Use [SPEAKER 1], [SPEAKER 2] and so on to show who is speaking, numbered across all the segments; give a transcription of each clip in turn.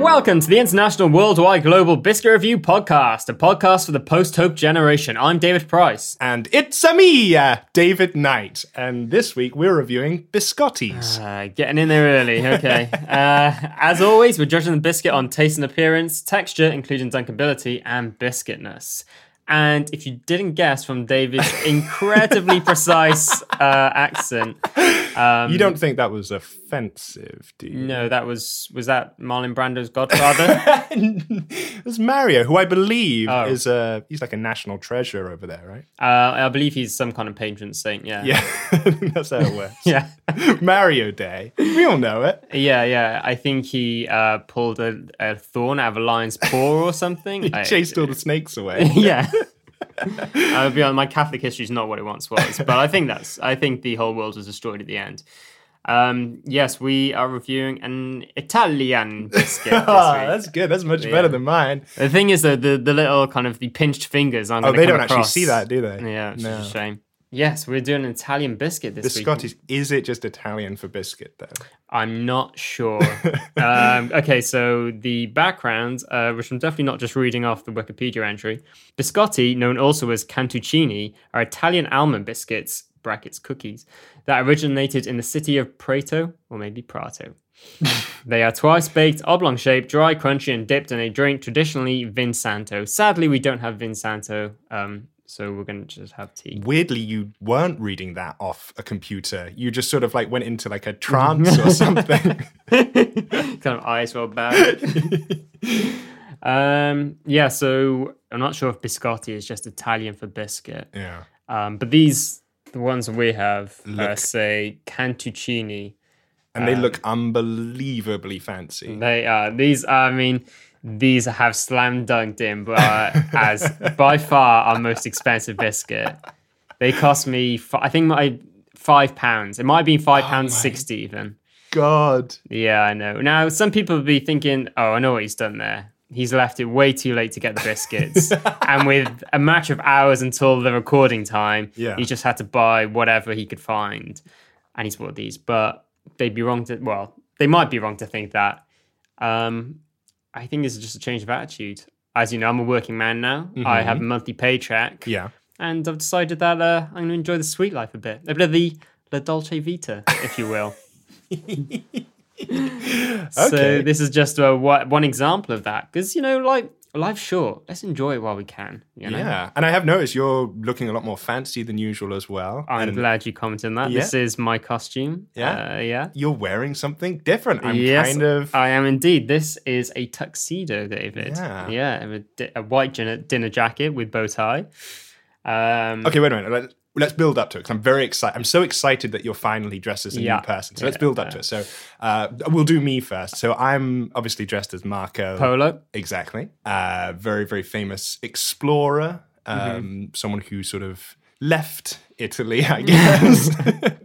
[SPEAKER 1] Welcome to the International Worldwide Global Biscuit Review Podcast, a podcast for the post hope generation. I'm David Price.
[SPEAKER 2] And it's a me, uh, David Knight. And this week we're reviewing biscottis.
[SPEAKER 1] Uh, getting in there early, okay. uh, as always, we're judging the biscuit on taste and appearance, texture, including dunkability, and biscuitness. And if you didn't guess from David's incredibly precise uh, accent, um,
[SPEAKER 2] you don't think that was offensive, do you?
[SPEAKER 1] no, oh, that was was that Marlon Brando's Godfather?
[SPEAKER 2] it was Mario, who I believe is uh he's like a national treasure over there, right?
[SPEAKER 1] uh, Oh. I believe he's some kind of patron saint. Yeah,
[SPEAKER 2] Yeah, I think that's how it works.
[SPEAKER 1] yeah.
[SPEAKER 2] Mario Day. We all know it.
[SPEAKER 1] Yeah, yeah. I think he uh, pulled a, a thorn out of a lion's paw or something.
[SPEAKER 2] He
[SPEAKER 1] I-
[SPEAKER 2] chased all the snakes away.
[SPEAKER 1] yeah. I'll be honest, my Catholic history is not what it once was, but I think that's. I think the whole world was destroyed at the end. Um, yes, we are reviewing an Italian biscuit. This
[SPEAKER 2] Ah,
[SPEAKER 1] week.
[SPEAKER 2] that's good. That's much better than mine.
[SPEAKER 1] The thing is, though, the, the little kind of the pinched fingers. I'm
[SPEAKER 2] Oh,
[SPEAKER 1] gonna
[SPEAKER 2] they
[SPEAKER 1] come
[SPEAKER 2] don't actually
[SPEAKER 1] across.
[SPEAKER 2] see that, do they?
[SPEAKER 1] Yeah, it's
[SPEAKER 2] No.
[SPEAKER 1] just a shame. Yes, we're doing an Italian biscuit this week.
[SPEAKER 2] Biscottis, is it just Italian for biscuit, though?
[SPEAKER 1] I'm not sure. um, okay, so the background, uh, which I'm definitely not just reading off the Wikipedia entry. Biscotti, known also as cantuccini, are Italian almond biscuits (brackets cookies) that originated in the city of Prato, or maybe Prato. They are twice baked, oblong shaped, dry, crunchy, and dipped in a drink, traditionally Vinsanto. Sadly, we don't have Vinsanto, um, so we're going to just have tea.
[SPEAKER 2] weirdly you weren't reading that off a computer you just sort of like went into like a trance or something
[SPEAKER 1] kind of eyes rolled back. um, yeah, so I'm not sure if biscotti is just Italian for biscuit,
[SPEAKER 2] yeah
[SPEAKER 1] um, but these the ones we have uh, say cantuccini.
[SPEAKER 2] and they look
[SPEAKER 1] Um,
[SPEAKER 2] unbelievably fancy
[SPEAKER 1] They are these. I mean. These have slam dunked in, but uh, as by far our most expensive biscuit, they cost me. F- I think my five pounds. It might have been five pounds sixty even.
[SPEAKER 2] god
[SPEAKER 1] Yeah, I know. Now, some people will be thinking, oh, I know what he's done there. He's left it way too late to get the biscuits. and with a match of hours until the recording time,
[SPEAKER 2] Yeah.
[SPEAKER 1] he just had to buy whatever he could find. And he's bought these. But they'd be wrong to, well, they might be wrong to think that. Um, I think this is just a change of attitude. As you know, I'm a working man now. I have a monthly paycheck.
[SPEAKER 2] yeah
[SPEAKER 1] And I've decided that uh, I'm going to enjoy the sweet life a bit. A bit of the La Dolce Vita, if you will. So
[SPEAKER 2] Okay.
[SPEAKER 1] this is just a, wa- one example of that. Because, you know, like, life's short. Let's enjoy it while we can. You know?
[SPEAKER 2] yeah and i have noticed you're looking a lot more fancy than usual as well
[SPEAKER 1] I'm
[SPEAKER 2] and
[SPEAKER 1] glad you commented on that.
[SPEAKER 2] Yeah.
[SPEAKER 1] This is my costume.
[SPEAKER 2] Yeah.
[SPEAKER 1] Uh, yeah.
[SPEAKER 2] you're wearing something different i'm
[SPEAKER 1] yes,
[SPEAKER 2] kind of
[SPEAKER 1] I am indeed. This is a tuxedo, David.
[SPEAKER 2] Yeah.
[SPEAKER 1] Yeah. A, di- a white dinner, dinner jacket with bow tie. Um,
[SPEAKER 2] okay wait a minute Let- Let's build up to it because I'm very excited. I'm so excited that you're finally dressed as a
[SPEAKER 1] Yeah.
[SPEAKER 2] new person. So let's build up to it. So uh, we'll do me first. So I'm obviously dressed as Marco.
[SPEAKER 1] Polo. Mm-hmm.
[SPEAKER 2] Exactly. Uh, very, very famous explorer, um, someone who sort of left Italy, I guess,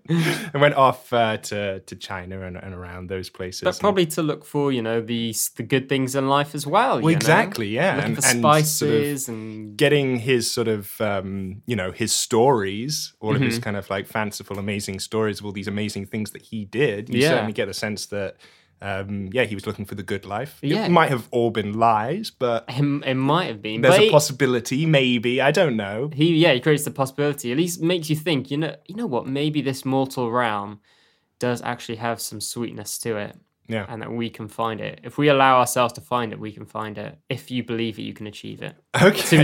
[SPEAKER 2] and went off uh, to to China and, and around those places.
[SPEAKER 1] But
[SPEAKER 2] And-
[SPEAKER 1] probably to look for, you know, the the good things in life as well. you know?
[SPEAKER 2] exactly, yeah,
[SPEAKER 1] Looking
[SPEAKER 2] and-
[SPEAKER 1] for
[SPEAKER 2] and sort of-
[SPEAKER 1] spices and
[SPEAKER 2] getting his sort of um, you know his stories, all of
[SPEAKER 1] Mm-hmm.
[SPEAKER 2] his kind of like fanciful, amazing stories of all these amazing things that he did. You
[SPEAKER 1] Yeah.
[SPEAKER 2] certainly get the sense that. Um, yeah, he was looking for the good life.
[SPEAKER 1] Yeah.
[SPEAKER 2] It might have all been lies, but
[SPEAKER 1] Him- it might have been.
[SPEAKER 2] there's
[SPEAKER 1] but
[SPEAKER 2] a possibility, maybe. I don't know.
[SPEAKER 1] he, yeah, he creates the possibility. At least makes you think. You know, you know what? Maybe this mortal realm does actually have some sweetness to it,
[SPEAKER 2] Yeah.
[SPEAKER 1] and that we can find it if we allow ourselves to find it. We can find it if you believe it. You can achieve it.
[SPEAKER 2] Okay.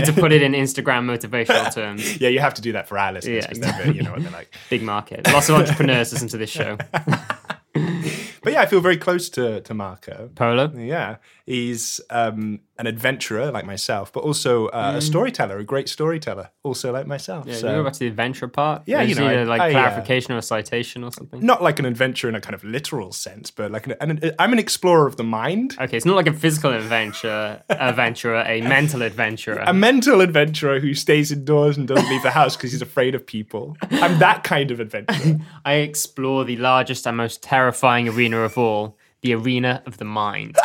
[SPEAKER 1] To, to put it in Instagram motivational terms,
[SPEAKER 2] yeah, you have to do that for our listeners
[SPEAKER 1] Yeah,
[SPEAKER 2] because they're very- you know what they're like.
[SPEAKER 1] big market. Lots of entrepreneurs listen to this show.
[SPEAKER 2] But yeah, I feel very close to to Marco.
[SPEAKER 1] Polo.
[SPEAKER 2] Yeah, he's um, an adventurer like myself, but also uh, a storyteller, a great storyteller, also like myself.
[SPEAKER 1] Mm. Yeah,
[SPEAKER 2] so.
[SPEAKER 1] you go back to the adventure part.
[SPEAKER 2] Yeah,
[SPEAKER 1] There's
[SPEAKER 2] you know,
[SPEAKER 1] either,
[SPEAKER 2] I-
[SPEAKER 1] like
[SPEAKER 2] I, uh,
[SPEAKER 1] clarification or a citation or something.
[SPEAKER 2] not like an adventure in a kind of literal sense, but like an, an I'm an explorer of the mind,
[SPEAKER 1] Okay, it's not like a physical adventure, adventurer, a mental adventurer.
[SPEAKER 2] a mental adventurer who stays indoors and doesn't leave the house because he's afraid of people. I'm that kind of adventurer.
[SPEAKER 1] I explore the largest and most terrifying arena of all, the arena of the mind.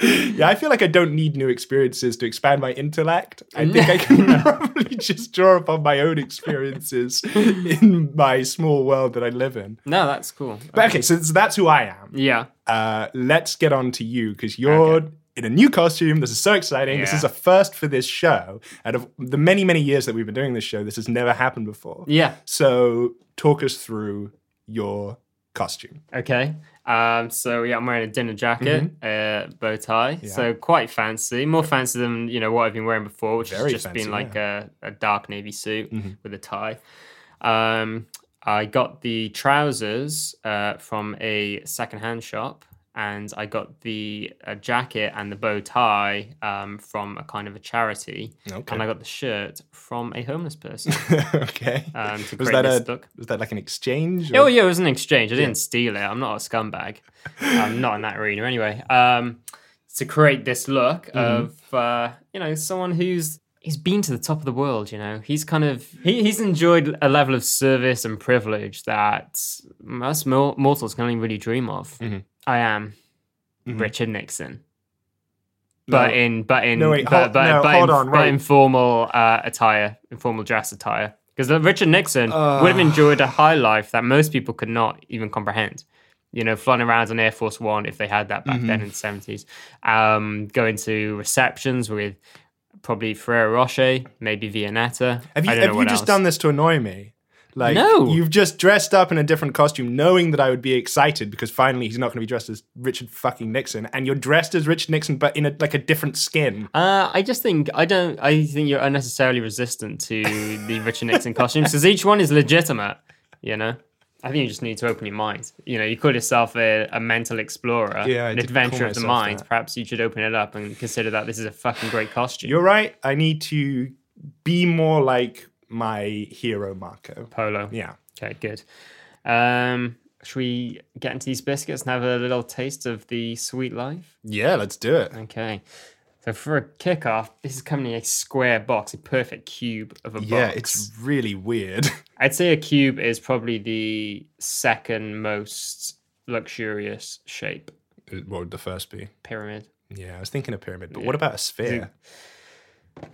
[SPEAKER 2] Yeah, I feel like I don't need new experiences to expand my intellect. I think I can probably just draw upon my own experiences in my small world that I live in.
[SPEAKER 1] No, that's cool.
[SPEAKER 2] But okay, so that's who I am.
[SPEAKER 1] Yeah.
[SPEAKER 2] uh, let's get on to you because you're in a new costume. This is so exciting. This
[SPEAKER 1] Yeah.
[SPEAKER 2] is a first for this show. Out of the many, many years that we've been doing this show, this has never happened before.
[SPEAKER 1] Yeah.
[SPEAKER 2] So talk us through your costume.
[SPEAKER 1] Okay. Um, so yeah, I'm wearing a dinner jacket,
[SPEAKER 2] Mm-hmm.
[SPEAKER 1] uh, bow tie, so quite fancy, more fancy than you know what I've been wearing before, which
[SPEAKER 2] Very
[SPEAKER 1] has just
[SPEAKER 2] fancy, Mm-hmm.
[SPEAKER 1] been like a, a dark navy suit with a tie. Um, I got the trousers uh, from a secondhand shop, and I got the uh, jacket and the bow tie um, from a kind of a charity,
[SPEAKER 2] Okay.
[SPEAKER 1] and I got the shirt from a homeless person.
[SPEAKER 2] okay.
[SPEAKER 1] Um, to
[SPEAKER 2] was
[SPEAKER 1] create
[SPEAKER 2] that
[SPEAKER 1] this
[SPEAKER 2] a
[SPEAKER 1] book.
[SPEAKER 2] was that like an exchange?
[SPEAKER 1] Oh
[SPEAKER 2] or-
[SPEAKER 1] yeah, it was an exchange. I didn't steal it. I'm not a scumbag. I'm not in that arena anyway. Um, to create this look
[SPEAKER 2] Mm-hmm.
[SPEAKER 1] of uh, you know someone who's he's been to the top of the world. You know, he's kind of he, he's enjoyed a level of service and privilege that us mor- mortals can only really dream of.
[SPEAKER 2] Mm-hmm.
[SPEAKER 1] I am Richard Nixon. But
[SPEAKER 2] No.
[SPEAKER 1] in but in
[SPEAKER 2] No, wait,
[SPEAKER 1] but,
[SPEAKER 2] hold-
[SPEAKER 1] but,
[SPEAKER 2] no,
[SPEAKER 1] but
[SPEAKER 2] hold
[SPEAKER 1] in,
[SPEAKER 2] on,
[SPEAKER 1] but
[SPEAKER 2] wait.
[SPEAKER 1] in formal uh, attire, informal dress attire. Because Richard Nixon would have enjoyed a high life that most people could not even comprehend. You know, flying around on Air Force One if they had that back
[SPEAKER 2] Mm-hmm.
[SPEAKER 1] then in the seventies. Um, going to receptions with probably Ferrero Rocher, maybe Viennetta.
[SPEAKER 2] Have you
[SPEAKER 1] I don't
[SPEAKER 2] have
[SPEAKER 1] know
[SPEAKER 2] you
[SPEAKER 1] what
[SPEAKER 2] just
[SPEAKER 1] else.
[SPEAKER 2] done this to annoy me? Like
[SPEAKER 1] No.
[SPEAKER 2] you've just dressed up in a different costume, knowing that I would be excited because finally he's not going to be dressed as Richard fucking Nixon, and you're dressed as Richard Nixon, but in a like a different skin.
[SPEAKER 1] Uh, I just think I don't. I think you're unnecessarily resistant to the Richard Nixon costumes because each one is legitimate. You know, I think you just need to open your mind. You know, you call yourself a, a mental explorer,
[SPEAKER 2] Yeah, I
[SPEAKER 1] an
[SPEAKER 2] did
[SPEAKER 1] adventure
[SPEAKER 2] call
[SPEAKER 1] of the
[SPEAKER 2] myself
[SPEAKER 1] mind.
[SPEAKER 2] that.
[SPEAKER 1] Perhaps you should open it up and consider that this is a fucking great costume.
[SPEAKER 2] You're right. I need to be more like my hero, Marco.
[SPEAKER 1] polo.
[SPEAKER 2] Yeah.
[SPEAKER 1] Okay. Good. Um, should we get into these biscuits and have a little taste of the sweet life?
[SPEAKER 2] Yeah, let's do it.
[SPEAKER 1] Okay. So for a kickoff, this is coming in a square box, a perfect cube of a
[SPEAKER 2] Yeah,
[SPEAKER 1] box.
[SPEAKER 2] it's really weird.
[SPEAKER 1] I'd say a cube is probably the second most luxurious shape
[SPEAKER 2] what would the first be?
[SPEAKER 1] pyramid.
[SPEAKER 2] Yeah, I was thinking a pyramid, but what about a sphere?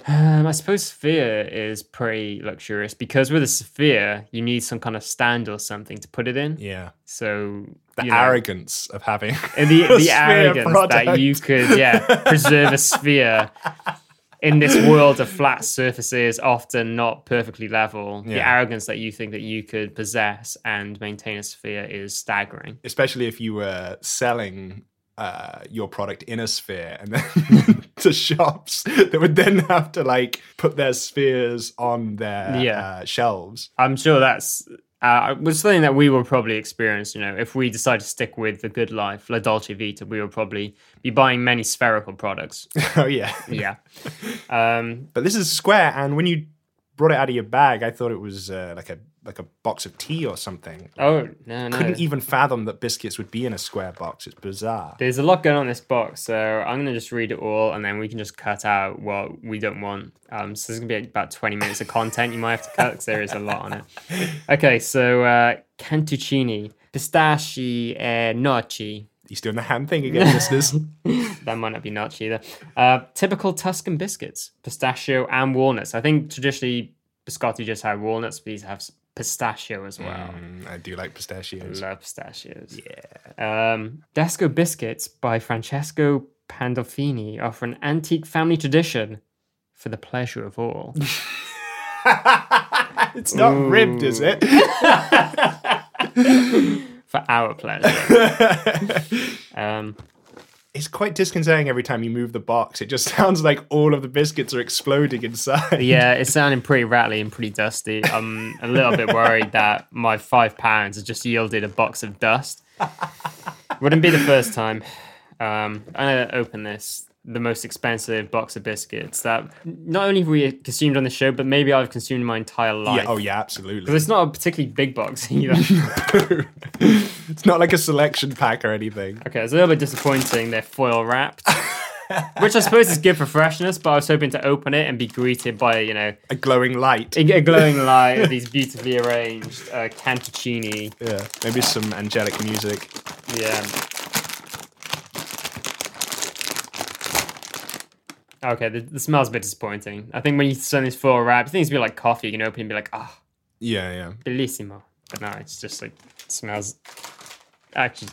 [SPEAKER 1] Um, I suppose sphere is pretty luxurious because with a sphere you need some kind of stand or something to put it in.
[SPEAKER 2] Yeah.
[SPEAKER 1] So
[SPEAKER 2] The
[SPEAKER 1] you know,
[SPEAKER 2] arrogance of having
[SPEAKER 1] and the,
[SPEAKER 2] a
[SPEAKER 1] the
[SPEAKER 2] sphere
[SPEAKER 1] arrogance that
[SPEAKER 2] product.
[SPEAKER 1] you could yeah preserve a sphere in this world of flat surfaces often not perfectly level the
[SPEAKER 2] Yeah.
[SPEAKER 1] arrogance that you think that you could possess and maintain a sphere is staggering
[SPEAKER 2] especially if you were selling uh, your product in a sphere and then to shops that would then have to like put their spheres on their
[SPEAKER 1] Yeah.
[SPEAKER 2] uh, shelves.
[SPEAKER 1] I'm sure that's uh, was something that we will probably experience. You know, if we decide to stick with the good life, La Dolce Vita, we will probably be buying many spherical products.
[SPEAKER 2] oh yeah.
[SPEAKER 1] Yeah. um,
[SPEAKER 2] But this is square, and when you brought it out of your bag, I thought it was uh, like a like a box of tea or something.
[SPEAKER 1] Oh no, no.
[SPEAKER 2] Couldn't even fathom that biscuits would be in a square box. It's bizarre.
[SPEAKER 1] There's a lot going on in this box, so I'm gonna just read it all, and then we can just cut out what we don't want. Um, so there's gonna be about 20 minutes of content you might have to cut because there is a lot on it. Okay, so uh, cantuccini, pistachi, e noci.
[SPEAKER 2] He's doing the hand thing again, listeners.
[SPEAKER 1] that might not be nuts either. Uh, typical Tuscan biscuits, pistachio and walnuts. I think traditionally biscotti just had walnuts, but these have s- pistachio as well.
[SPEAKER 2] Mm, I do like pistachios.
[SPEAKER 1] Love pistachios. Yeah. Um, Dasco biscuits by Francesco Pandolfini offer an antique family tradition for the pleasure of all.
[SPEAKER 2] it's not ribbed, is it?
[SPEAKER 1] for our pleasure. um,
[SPEAKER 2] It's quite disconcerting every time you move the box. It just sounds like all of the biscuits are exploding inside.
[SPEAKER 1] yeah, it's sounding pretty rattly and pretty dusty. I'm a little bit worried that my five pounds has just yielded a box of dust. Wouldn't be the first time. Um, I'm gonna open this, the most expensive box of biscuits that not only have we consumed on the show, but maybe I've consumed my entire life.
[SPEAKER 2] Yeah, oh yeah, absolutely.
[SPEAKER 1] 'Cause it's not a particularly big box either.
[SPEAKER 2] It's not like a selection pack or anything.
[SPEAKER 1] okay, it's a little bit disappointing. They're foil wrapped. Which I suppose is good for freshness, but I was hoping to open it and be greeted by, you know,
[SPEAKER 2] A glowing light.
[SPEAKER 1] a, a glowing light of these beautifully arranged uh, cantuccini.
[SPEAKER 2] Yeah, maybe some angelic music.
[SPEAKER 1] Yeah. Okay, the, the smell's a bit disappointing. I think when you send this full wrap, things be like coffee. You can open it and be like, ah,
[SPEAKER 2] Yeah, yeah.
[SPEAKER 1] bellissimo. But no, it's just like smells. Actually,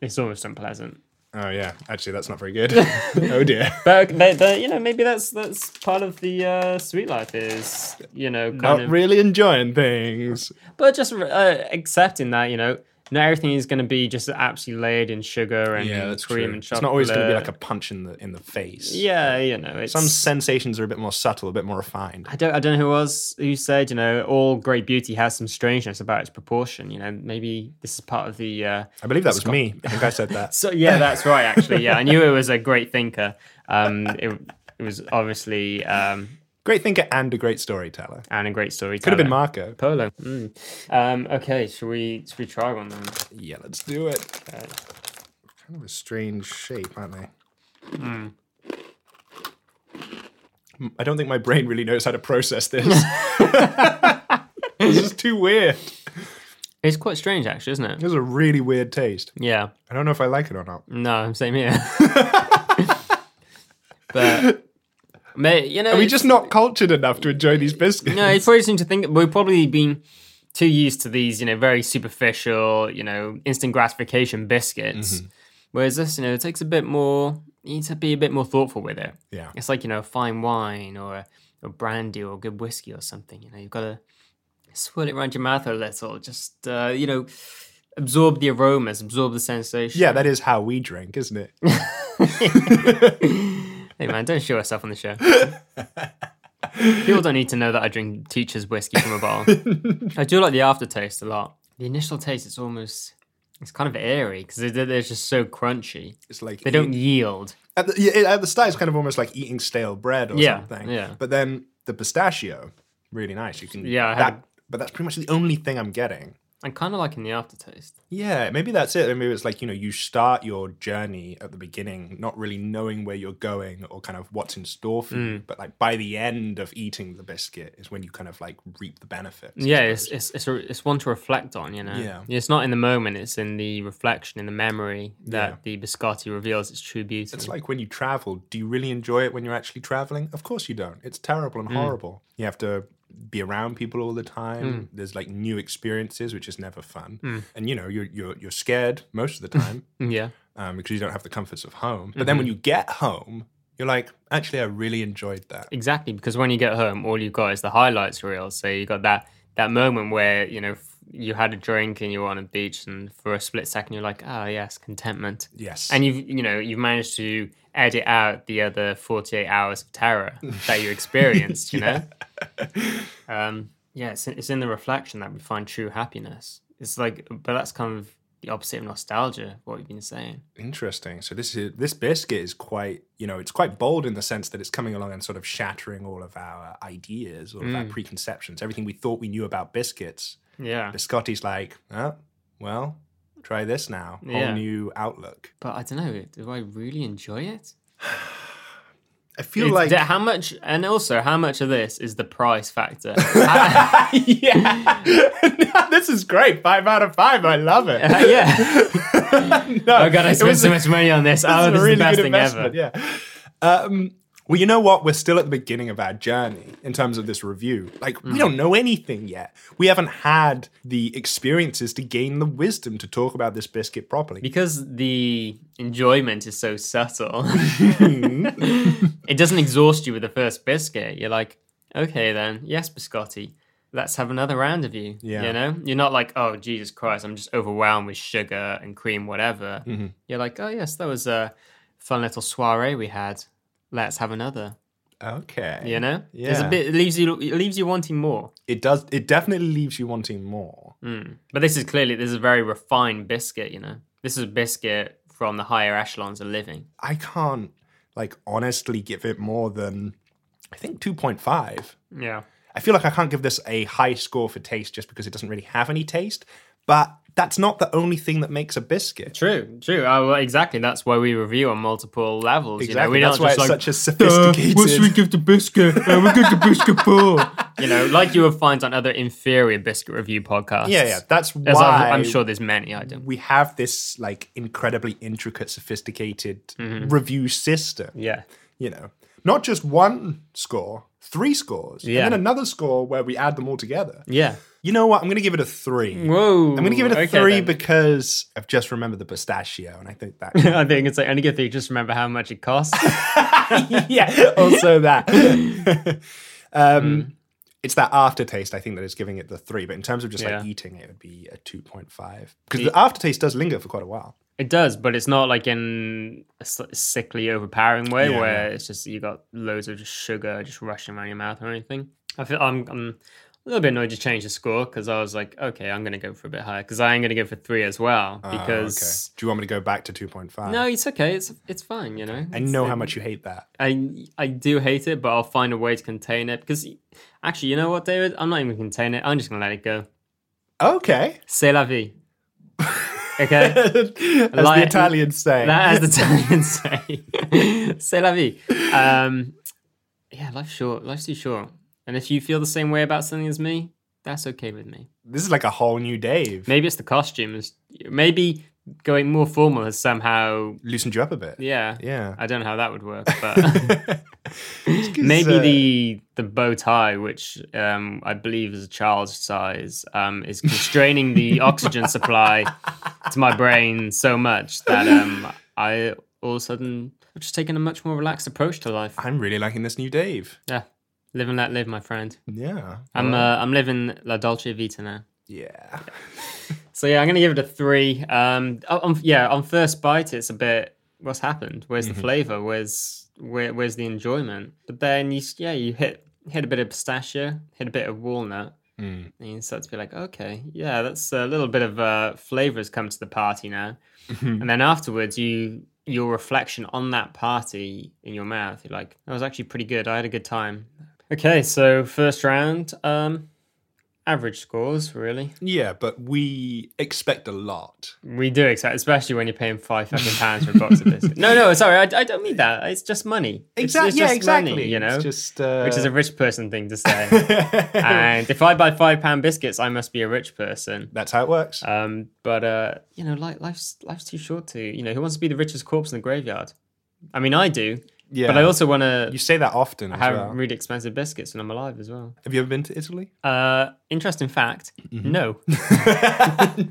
[SPEAKER 1] it's almost unpleasant.
[SPEAKER 2] Oh yeah. Actually, that's not very good. oh dear.
[SPEAKER 1] But they, they, you know, maybe that's that's part of the uh, sweet life is you know kind
[SPEAKER 2] Not
[SPEAKER 1] of
[SPEAKER 2] really enjoying things.
[SPEAKER 1] But just uh, accepting that, you know, not everything is going to be just absolutely layered in sugar and cream and chocolate.
[SPEAKER 2] It's not always going to be like a punch in the in the face.
[SPEAKER 1] yeah, you know, it's,
[SPEAKER 2] Some sensations are a bit more subtle, a bit more refined.
[SPEAKER 1] I don't, I don't know who was who said, you know, all great beauty has some strangeness about its proportion. You know, maybe this is part of the. Uh,
[SPEAKER 2] I believe that was me. I think I said that.
[SPEAKER 1] so yeah, that's right. Actually, yeah, I knew it was a great thinker. Um, it, it was obviously um,
[SPEAKER 2] Great thinker and a great storyteller.
[SPEAKER 1] and a great storyteller.
[SPEAKER 2] Could have been Marco.
[SPEAKER 1] Polo. Mm. Um, okay, should we should we try one then?
[SPEAKER 2] Yeah, let's do it. Kind of a strange shape, aren't they? M- I don't think my brain really knows how to process this. this is too weird.
[SPEAKER 1] It's quite strange, actually, isn't it?
[SPEAKER 2] This is a really weird taste.
[SPEAKER 1] Yeah.
[SPEAKER 2] I don't know if I like it or not.
[SPEAKER 1] No, same here. but mate, you know,
[SPEAKER 2] Are we
[SPEAKER 1] it's-
[SPEAKER 2] just not cultured enough to enjoy these biscuits?
[SPEAKER 1] no. It's probably seem to think we've probably been too used to these, you know, very superficial, you know, instant gratification biscuits.
[SPEAKER 2] Mm-hmm.
[SPEAKER 1] Whereas this, you know, it takes a bit more. You need to be a bit more thoughtful with it.
[SPEAKER 2] Yeah.
[SPEAKER 1] it's like you know, fine wine or or brandy or good whiskey or something. You know, you've got to swirl it around your mouth a little. Just uh, you know, absorb the aromas, absorb the sensation.
[SPEAKER 2] Yeah, that is how we drink, isn't it?
[SPEAKER 1] Hey man, don't show yourself on the show. People don't need to know that I drink teacher's whiskey from a bottle. I do like the aftertaste a lot. The initial taste, it's almost, it's kind of airy because they're, they're just so crunchy.
[SPEAKER 2] It's like
[SPEAKER 1] They don't yield.
[SPEAKER 2] at the, yeah, at the start, it's kind of almost like eating stale bread or
[SPEAKER 1] Yeah,
[SPEAKER 2] something.
[SPEAKER 1] yeah.
[SPEAKER 2] But then the pistachio, really nice. You can
[SPEAKER 1] Yeah, I had
[SPEAKER 2] that, but that's pretty much the only thing I'm getting.
[SPEAKER 1] I'm kind of liking the aftertaste.
[SPEAKER 2] Yeah, maybe that's it. Maybe it's like you know you start your journey at the beginning, not really knowing where you're going or kind of what's in store for you. But like by the end of eating the biscuit is when you kind of like reap the benefits.
[SPEAKER 1] Yeah, it's it's it's, a, it's one to reflect on, you know.
[SPEAKER 2] Yeah.
[SPEAKER 1] It's not in the moment; it's in the reflection, in the memory that the biscotti reveals its true beauty.
[SPEAKER 2] It's like when you travel. Do you really enjoy it when you're actually traveling? Of course you don't. It's terrible and horrible. You have to be around people all the time. There's like new experiences, which is never fun. And you know you're you're you're scared most of the time
[SPEAKER 1] yeah,
[SPEAKER 2] um, because you don't have the comforts of home. But
[SPEAKER 1] Mm-hmm.
[SPEAKER 2] then when you get home, you're like, actually, I really enjoyed that.
[SPEAKER 1] Exactly, because when you get home, all you've got is the highlights reel. So you got that that moment where you know f- you had a drink and you were on a beach, and for a split second you're like, "Oh yes, contentment."
[SPEAKER 2] Yes.
[SPEAKER 1] And you've you know you've managed to edit out the other forty eight hours of terror that you experienced. You know, um, yeah, it's, in- it's in the reflection that we find true happiness. It's like, but that's kind of the opposite of nostalgia, what we've been saying.
[SPEAKER 2] Interesting. So this is this biscuit is quite, you know, it's quite bold in the sense that it's coming along and sort of shattering all of our ideas, all of
[SPEAKER 1] Mm.
[SPEAKER 2] our preconceptions, everything we thought we knew about biscuits.
[SPEAKER 1] Yeah.
[SPEAKER 2] Biscotti's like, oh, well, try this now. Whole
[SPEAKER 1] Yeah.
[SPEAKER 2] new outlook.
[SPEAKER 1] But I don't know, do I really enjoy it?
[SPEAKER 2] I feel
[SPEAKER 1] It's
[SPEAKER 2] like
[SPEAKER 1] the- how much, and also how much of this is the price factor? How-
[SPEAKER 2] yeah, this is great. Five out of five. I love it.
[SPEAKER 1] yeah.
[SPEAKER 2] No,
[SPEAKER 1] Oh god, I
[SPEAKER 2] it
[SPEAKER 1] spent
[SPEAKER 2] was
[SPEAKER 1] so
[SPEAKER 2] a-
[SPEAKER 1] much money on this. Oh,
[SPEAKER 2] a
[SPEAKER 1] this is the best thing
[SPEAKER 2] investment,
[SPEAKER 1] ever.
[SPEAKER 2] Yeah. Um, well, you know what? We're still at the beginning of our journey in terms of this review. Like,
[SPEAKER 1] Hmm.
[SPEAKER 2] we don't know anything yet. We haven't had the experiences to gain the wisdom to talk about this biscuit properly.
[SPEAKER 1] Because the enjoyment is so subtle, it doesn't exhaust you with the first biscuit. You're like, okay, then, yes, biscotti, let's have another round of you.
[SPEAKER 2] Yeah.
[SPEAKER 1] You know, you're not like, oh, Jesus Christ, I'm just overwhelmed with sugar and cream, whatever.
[SPEAKER 2] Mm-hmm.
[SPEAKER 1] You're like, oh, yes, that was a fun little soiree we had. Let's have another.
[SPEAKER 2] Okay.
[SPEAKER 1] You know, It's a
[SPEAKER 2] Yeah.
[SPEAKER 1] bit it leaves you it leaves you wanting more.
[SPEAKER 2] It does. It definitely leaves you wanting more.
[SPEAKER 1] Hmm. But this is clearly this is a very refined biscuit, you know. This is a biscuit from the higher echelons of living.
[SPEAKER 2] I can't, like, honestly give it more than, I think, 2.5.
[SPEAKER 1] Yeah.
[SPEAKER 2] I feel like I can't give this a high score for taste just because it doesn't really have any taste. But that's not the only thing that makes a biscuit.
[SPEAKER 1] True, true. Oh, well, exactly. That's why we review on multiple levels. You know,
[SPEAKER 2] Exactly.
[SPEAKER 1] we
[SPEAKER 2] That's
[SPEAKER 1] don't
[SPEAKER 2] why
[SPEAKER 1] just
[SPEAKER 2] it's
[SPEAKER 1] like,
[SPEAKER 2] such a sophisticated.
[SPEAKER 1] give the biscuit? Uh, we give the biscuit four. You know, like you would find on other inferior biscuit review podcasts.
[SPEAKER 2] yeah, yeah. That's
[SPEAKER 1] As
[SPEAKER 2] why
[SPEAKER 1] I'm, I'm sure there's many. I don't.
[SPEAKER 2] we have this like incredibly intricate, sophisticated review system.
[SPEAKER 1] Mm-hmm. Yeah.
[SPEAKER 2] You know, not just one score, three scores,
[SPEAKER 1] Yeah.
[SPEAKER 2] and then another score where we add them all together.
[SPEAKER 1] Yeah.
[SPEAKER 2] You know what? I'm going to give it a three.
[SPEAKER 1] Whoa.
[SPEAKER 2] I'm going to give it a
[SPEAKER 1] okay
[SPEAKER 2] three
[SPEAKER 1] then.
[SPEAKER 2] because I've just remembered the pistachio, and I think that
[SPEAKER 1] I think it's like only good that you just remember how much it costs.
[SPEAKER 2] yeah, also that. um,
[SPEAKER 1] Hmm.
[SPEAKER 2] It's that aftertaste, I think, that is giving it the three. But in terms of just
[SPEAKER 1] Yeah.
[SPEAKER 2] like eating, it would be a 2.5. Because the aftertaste does linger for quite a while.
[SPEAKER 1] It does, but it's not like in a s- sickly, overpowering way
[SPEAKER 2] Yeah,
[SPEAKER 1] where it's just you got loads of just sugar just rushing around your mouth or anything. I feel I'm, I'm a little bit annoyed to change the score because I was like, okay, I'm gonna go for a bit higher because I am gonna go for three as well
[SPEAKER 2] Oh,
[SPEAKER 1] because
[SPEAKER 2] okay. Do you want me to go back to 2.5?
[SPEAKER 1] no, it's okay, it's it's fine, you know.
[SPEAKER 2] I
[SPEAKER 1] It's-
[SPEAKER 2] know
[SPEAKER 1] it-
[SPEAKER 2] how much you hate that.
[SPEAKER 1] I I do hate it, but I'll find a way to contain it because actually, you know what, David, I'm not even gonna contain it. I'm just gonna let it go.
[SPEAKER 2] Okay.
[SPEAKER 1] C'est la vie. Okay.
[SPEAKER 2] As the
[SPEAKER 1] Like-
[SPEAKER 2] Italians say.
[SPEAKER 1] That, as the Italians say, c'est la vie. Um, yeah, life's short. Life's too short. And if you feel the same way about something as me, that's okay with me.
[SPEAKER 2] this is like a whole new Dave.
[SPEAKER 1] Maybe it's the costumes. Maybe going more formal has somehow,
[SPEAKER 2] Loosened you up a bit.
[SPEAKER 1] yeah.
[SPEAKER 2] Yeah.
[SPEAKER 1] I don't know how that would work, but maybe
[SPEAKER 2] uh,
[SPEAKER 1] the the bow tie, which um, I believe is a child's size, um, is constraining the oxygen supply to my brain so much that um, I all of a sudden have just taken a much more relaxed approach to life.
[SPEAKER 2] I'm really liking this new Dave.
[SPEAKER 1] Yeah, live and let live, my friend.
[SPEAKER 2] Yeah.
[SPEAKER 1] I'm uh, I'm living la dolce vita now.
[SPEAKER 2] Yeah.
[SPEAKER 1] So yeah, I'm gonna give it a three. Um, oh, on, yeah, on first bite, it's a bit. What's happened? Where's the flavor? Where's where, Where's the enjoyment? But then you s- yeah, you hit hit a bit of pistachio, hit a bit of walnut, and you start to be like, okay, yeah, that's a little bit of uh, flavors come to the party now. and then afterwards, you your reflection on that party in your mouth, you're like, that was actually pretty good. I had a good time. Okay, so first round, um, average scores really.
[SPEAKER 2] Yeah, but we expect a lot.
[SPEAKER 1] We do accept, especially when you're paying five fucking pounds for a box of biscuits. No, no, sorry, I, I don't mean that. It's just money. It's-
[SPEAKER 2] Exactly.
[SPEAKER 1] it's
[SPEAKER 2] yeah,
[SPEAKER 1] just
[SPEAKER 2] exactly.
[SPEAKER 1] money, you know,
[SPEAKER 2] it's just uh,
[SPEAKER 1] which is a rich person thing to say. and if I buy five pound biscuits, I must be a rich person.
[SPEAKER 2] that's how it works.
[SPEAKER 1] Um, but uh, you know, like life's life's too short to you know. Who wants to be the richest corpse in the graveyard? I mean, I do.
[SPEAKER 2] yeah,
[SPEAKER 1] But I also want to
[SPEAKER 2] you say that often. As
[SPEAKER 1] have
[SPEAKER 2] well.
[SPEAKER 1] really expensive biscuits when I'm alive as well.
[SPEAKER 2] have you ever been to Italy?
[SPEAKER 1] Uh, interesting fact.
[SPEAKER 2] Mm-hmm.
[SPEAKER 1] No.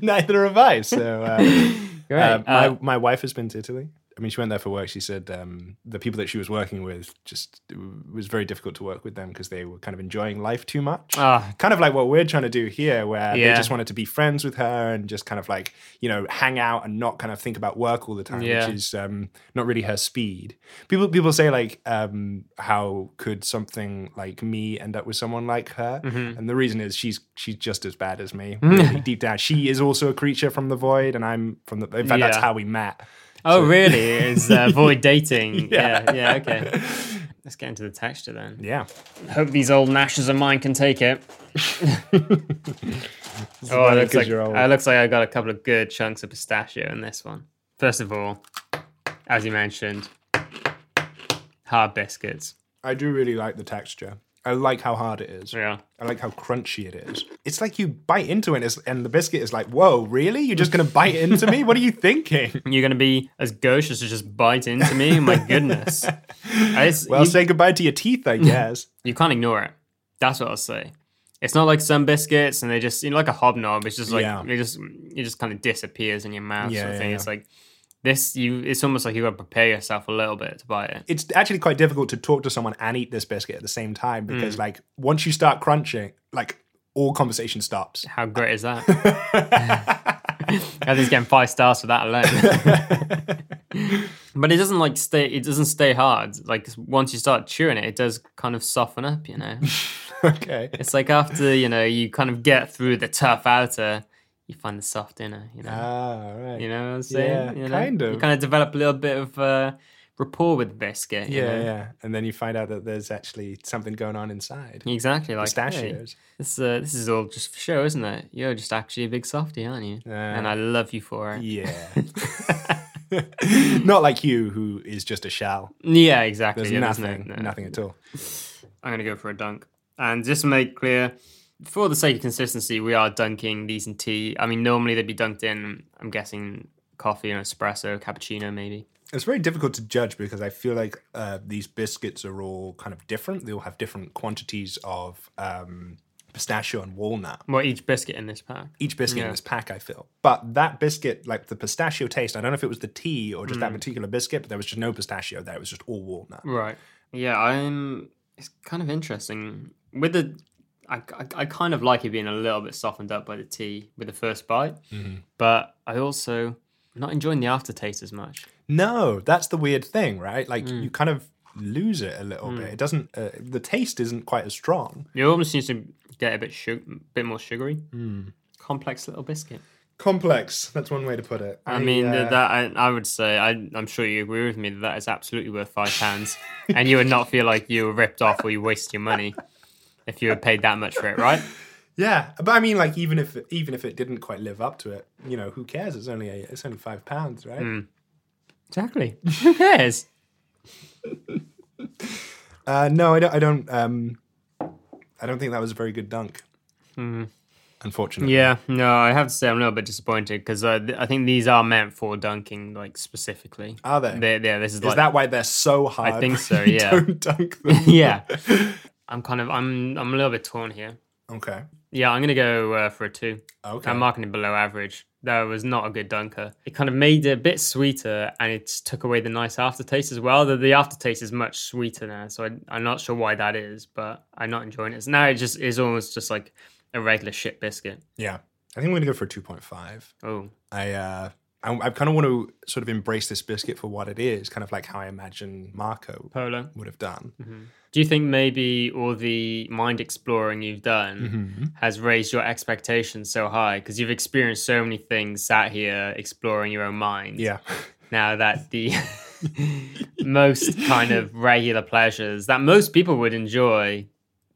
[SPEAKER 2] Neither have I. So uh,
[SPEAKER 1] Great.
[SPEAKER 2] uh, my
[SPEAKER 1] Uh,
[SPEAKER 2] my wife has been to Italy. I mean, she went there for work. She said um, the people that she was working with just it was very difficult to work with them because they were kind of enjoying life too much.
[SPEAKER 1] Ah.
[SPEAKER 2] Kind of like what we're trying to do here, where
[SPEAKER 1] Yeah.
[SPEAKER 2] they just wanted to be friends with her and just kind of like, you know, hang out and not kind of think about work all the time,
[SPEAKER 1] Yeah.
[SPEAKER 2] which is um, not really her speed. People people say like, um, how could something like me end up with someone like her?
[SPEAKER 1] Mm-hmm.
[SPEAKER 2] And the reason is she's she's just as bad as me.
[SPEAKER 1] Mm.
[SPEAKER 2] really, deep down, she is also a creature from the void, and I'm from the. In fact, that's
[SPEAKER 1] Yeah.
[SPEAKER 2] how we met.
[SPEAKER 1] Oh, really? It's uh, void dating.
[SPEAKER 2] Yeah.
[SPEAKER 1] yeah. yeah, okay. Let's get into the texture then.
[SPEAKER 2] Yeah.
[SPEAKER 1] Hope these old gnashes of mine can take it. oh, it
[SPEAKER 2] funny
[SPEAKER 1] looks,
[SPEAKER 2] 'cause
[SPEAKER 1] like,
[SPEAKER 2] you're old.
[SPEAKER 1] it looks like I got a couple of good chunks of pistachio in this one. First of all, as you mentioned, hard biscuits.
[SPEAKER 2] I do really like the texture. I like how hard it is.
[SPEAKER 1] Yeah.
[SPEAKER 2] I like how crunchy it is. It's like you bite into it and, it's- and the biscuit is like, whoa, really? You're just going to bite into me? What are you thinking?
[SPEAKER 1] You're going to be as gauche as to just bite into me? My goodness. I just-
[SPEAKER 2] Well,
[SPEAKER 1] you-
[SPEAKER 2] say goodbye to your teeth, I guess.
[SPEAKER 1] You can't ignore it. That's what I'll say. It's not like some biscuits and they just you know like a hobnob. It's just like
[SPEAKER 2] Yeah.
[SPEAKER 1] it just it just kind of disappears in your mouth.
[SPEAKER 2] Yeah,
[SPEAKER 1] sort of
[SPEAKER 2] yeah,
[SPEAKER 1] thing.
[SPEAKER 2] yeah.
[SPEAKER 1] It's like this. You it's almost like you got to prepare yourself a little bit to buy it.
[SPEAKER 2] it's actually quite difficult to talk to someone and eat this biscuit at the same time
[SPEAKER 1] Hmm.
[SPEAKER 2] because, like, once you start crunching, like, all conversation stops.
[SPEAKER 1] How great is that? I think he's getting five stars for that alone. but it doesn't like stay. It doesn't stay hard. Like once you start chewing it, it does kind of soften up. You know,
[SPEAKER 2] okay.
[SPEAKER 1] it's like after you know you kind of get through the tough outer, you find the soft inner. You know.
[SPEAKER 2] Ah, right.
[SPEAKER 1] You know what I'm saying?
[SPEAKER 2] Yeah,
[SPEAKER 1] You know,
[SPEAKER 2] kind
[SPEAKER 1] You
[SPEAKER 2] of.
[SPEAKER 1] kind of develop a little bit of uh, rapport with the biscuit. you
[SPEAKER 2] yeah,
[SPEAKER 1] know?
[SPEAKER 2] yeah. And then you find out that there's actually something going on inside.
[SPEAKER 1] Exactly. Like, hey,
[SPEAKER 2] Pistachios.
[SPEAKER 1] this, uh, this is all just for show, isn't it? You're just actually a big softie, aren't you? and I love you for it.
[SPEAKER 2] Yeah. Not like you, who is just a shell.
[SPEAKER 1] Yeah, exactly.
[SPEAKER 2] There's
[SPEAKER 1] yeah, no-
[SPEAKER 2] nothing,
[SPEAKER 1] no-
[SPEAKER 2] nothing at all.
[SPEAKER 1] I'm going to go for a dunk. And just to make clear, for the sake of consistency, we are dunking these in tea. I mean, normally they'd be dunked in, I'm guessing, coffee and espresso, cappuccino, maybe.
[SPEAKER 2] It's very difficult to judge because I feel like uh, these biscuits are all kind of different. They all have different quantities of um, pistachio and walnut.
[SPEAKER 1] Well, each biscuit in this pack.
[SPEAKER 2] Each biscuit in this pack, I feel. But that biscuit, like the pistachio taste, I don't know if it was the tea or just that
[SPEAKER 1] Mm.
[SPEAKER 2] particular biscuit, but there was just no pistachio there. It was just all walnut.
[SPEAKER 1] Right. Yeah, I'm. It's kind of interesting with the. I, I, I kind of like it being a little bit softened up by the tea with the first bite, but I also I'm not enjoying the aftertaste as much.
[SPEAKER 2] No, that's the weird thing, right? Like
[SPEAKER 1] Mm.
[SPEAKER 2] you kind of lose it a little bit. It doesn't, uh, the taste isn't quite as strong.
[SPEAKER 1] It almost seems to get a bit su- bit more sugary. Complex little biscuit.
[SPEAKER 2] complex. That's one way to put it.
[SPEAKER 1] I mean,
[SPEAKER 2] uh,
[SPEAKER 1] that, that I, I would say I, I'm sure you agree with me that that is absolutely worth five pounds, and you would not feel like you were ripped off or you wasted your money if you had paid that much for it, right?
[SPEAKER 2] yeah, but I mean, like even if even if it didn't quite live up to it, you know, who cares? It's only a, it's only five pounds, right?
[SPEAKER 1] Hmm. Exactly. Who cares?
[SPEAKER 2] Uh, no, I don't. I don't. Um, I don't think that was a very good dunk. Unfortunately,
[SPEAKER 1] Hmm. Yeah, no, I have to say I'm a little bit disappointed because uh, th- I think these are meant for dunking, like specifically.
[SPEAKER 2] Are they?
[SPEAKER 1] yeah, this is,
[SPEAKER 2] Is
[SPEAKER 1] like
[SPEAKER 2] that why they're so hard?
[SPEAKER 1] think so,
[SPEAKER 2] You
[SPEAKER 1] yeah.
[SPEAKER 2] Don't dunk them.
[SPEAKER 1] yeah, I'm kind of I'm I'm a little bit torn here.
[SPEAKER 2] Okay.
[SPEAKER 1] Yeah, I'm gonna go uh, for a two.
[SPEAKER 2] Okay.
[SPEAKER 1] I'm marking it below average. That was not a good dunker. It kind of made it a bit sweeter, and it took away the nice aftertaste as well. The, the aftertaste is much sweeter now, so I, I'm not sure why that is, but I'm not enjoying it. So now it just is almost just like a regular shit biscuit.
[SPEAKER 2] Yeah, I think I'm gonna go for two point five.
[SPEAKER 1] Oh,
[SPEAKER 2] I. Uh, I, I kind of want to sort of embrace this biscuit for what it is, kind of like how I imagine Marco
[SPEAKER 1] polo.
[SPEAKER 2] would have done.
[SPEAKER 1] Do you think maybe all the mind exploring you've done has raised your expectations so high because you've experienced so many things sat here exploring your own mind?
[SPEAKER 2] Yeah.
[SPEAKER 1] Now that the most kind of regular pleasures that most people would enjoy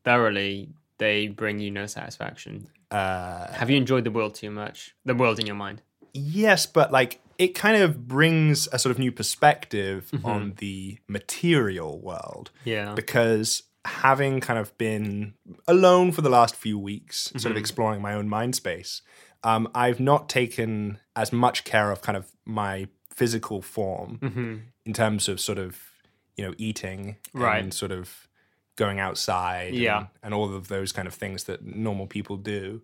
[SPEAKER 1] thoroughly, they bring you no satisfaction. Uh, Have you enjoyed the world too much? The world in your mind?
[SPEAKER 2] Yes, but like it kind of brings a sort of new perspective on the material world
[SPEAKER 1] Mm-hmm. Yeah.
[SPEAKER 2] because having kind of been alone for the last few weeks,
[SPEAKER 1] Mm-hmm.
[SPEAKER 2] sort of exploring my own mind space, um, I've not taken as much care of kind of my physical form
[SPEAKER 1] Mm-hmm.
[SPEAKER 2] in terms of sort of you know eating
[SPEAKER 1] Right.
[SPEAKER 2] and sort of going outside
[SPEAKER 1] Yeah.
[SPEAKER 2] and, and all of those kind of things that normal people do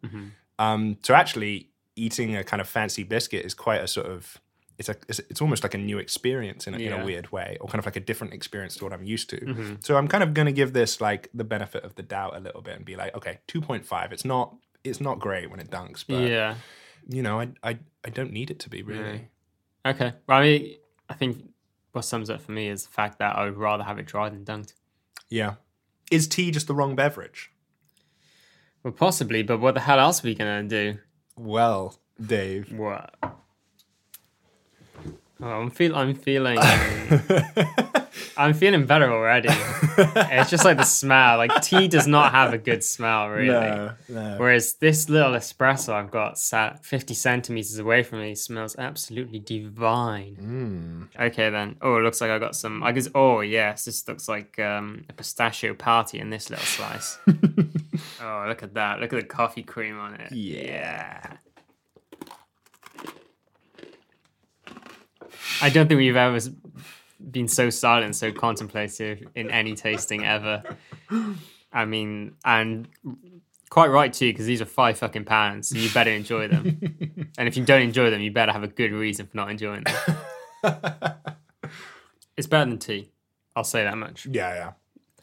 [SPEAKER 2] um, so actually eating a kind of fancy biscuit is quite a sort of it's a it's, it's almost like a new experience in a, in
[SPEAKER 1] Yeah. Mm-hmm.
[SPEAKER 2] a weird way, or kind of like a different experience to what I'm used to. So I'm kind of going to give this like the benefit of the doubt a little bit and be like, okay, two point five. It's not it's not great when it dunks, but
[SPEAKER 1] yeah.
[SPEAKER 2] you know, I I I don't need it to be really.
[SPEAKER 1] Okay. Well, I mean, I think what sums up for me is the fact that I would rather have it dry than dunked.
[SPEAKER 2] Yeah, is tea just the wrong beverage?
[SPEAKER 1] Well, possibly, but what the hell else are we going to do?
[SPEAKER 2] Well, Dave.
[SPEAKER 1] What? Oh, I'm feel I'm feeling I'm feeling better already. it's just like the smell. Like tea does not have a good smell, really.
[SPEAKER 2] uh, no.
[SPEAKER 1] Whereas this little espresso I've got sat 50 centimeters away from me smells absolutely divine. Okay, then. Oh, it looks like I got some. I guess. Oh, yes. This looks like um, a pistachio party in this little slice. oh, look at that. Look at the coffee cream on it.
[SPEAKER 2] Yeah.
[SPEAKER 1] I don't think we've ever s- been so silent, so contemplative in any tasting ever. I mean, and quite right too, because these are five fucking pounds. So you better enjoy them. and if you don't enjoy them, you better have a good reason for not enjoying them. it's better than tea. I'll say that much.
[SPEAKER 2] Yeah, yeah,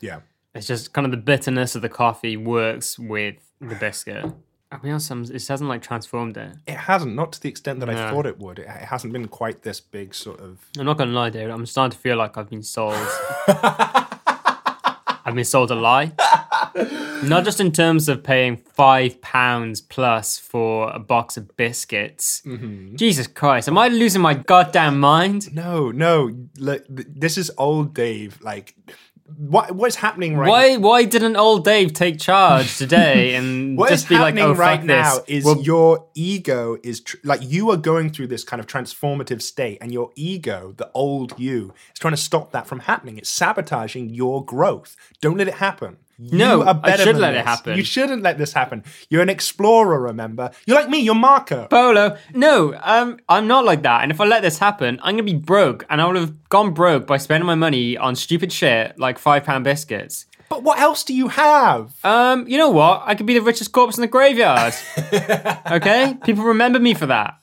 [SPEAKER 2] yeah.
[SPEAKER 1] It's just kind of the bitterness of the coffee works with the biscuit. I mean, some it hasn't like transformed it.
[SPEAKER 2] It hasn't, not to the extent that I
[SPEAKER 1] No.
[SPEAKER 2] thought it would. It, it hasn't been quite this big, sort of.
[SPEAKER 1] I'm not gonna lie, dude. I'm starting to feel like I've been sold. I've been sold a lie. Not just in terms of paying five pounds plus for a box of biscuits.
[SPEAKER 2] Mm-hmm.
[SPEAKER 1] Jesus Christ, am I losing my goddamn mind?
[SPEAKER 2] No, no. Look, th- this is old Dave. Like, what what's happening right?
[SPEAKER 1] Why? Why didn't old Dave take charge today and
[SPEAKER 2] What is
[SPEAKER 1] just be like,
[SPEAKER 2] happening
[SPEAKER 1] "Oh,
[SPEAKER 2] right
[SPEAKER 1] fuck
[SPEAKER 2] now
[SPEAKER 1] this"?
[SPEAKER 2] is
[SPEAKER 1] Well,
[SPEAKER 2] your ego is tr- like you are going through this kind of transformative state, and your ego, the old you, is trying to stop that from happening. It's sabotaging your growth. Don't let it happen. You
[SPEAKER 1] No,
[SPEAKER 2] are
[SPEAKER 1] I
[SPEAKER 2] better
[SPEAKER 1] should
[SPEAKER 2] than
[SPEAKER 1] let it
[SPEAKER 2] this.
[SPEAKER 1] happen.
[SPEAKER 2] You shouldn't let this happen. You're an explorer, remember? You're like me. You're Marco.
[SPEAKER 1] Polo. No, um, I'm not like that. And if I let this happen, I'm gonna be broke, and I would have gone broke by spending my money on stupid shit like five pound biscuits.
[SPEAKER 2] But what else do you have?
[SPEAKER 1] Um, you know what? I could be the richest corpse in the graveyard. okay? People remember me for that.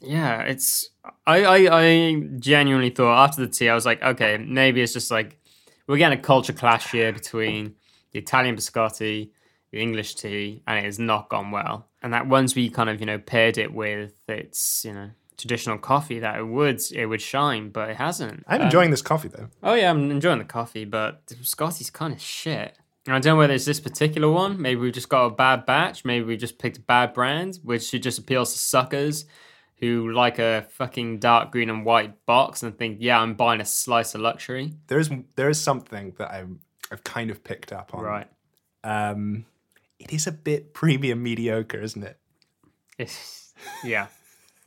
[SPEAKER 1] Yeah, it's I, I I genuinely thought after the tea, I was like, okay, maybe it's just like we're getting a culture clash here between the Italian biscotti, the English tea, and it has not gone well. And that once we kind of, you know, paired it with its, you know, traditional coffee, that it would it would shine, but it hasn't.
[SPEAKER 2] I'm enjoying this coffee though.
[SPEAKER 1] Oh yeah, I'm enjoying the coffee, but the Scotty's kind of shit. And I don't know whether it's this particular one. Maybe we've just got a bad batch. Maybe we just picked a bad brand, which just appeals to suckers who like a fucking dark green and white box and think, yeah, I'm buying a slice of luxury.
[SPEAKER 2] There is there is something that I'm I've kind of picked up on.
[SPEAKER 1] Right.
[SPEAKER 2] Um, it is a bit premium mediocre, isn't it?
[SPEAKER 1] It's, yeah,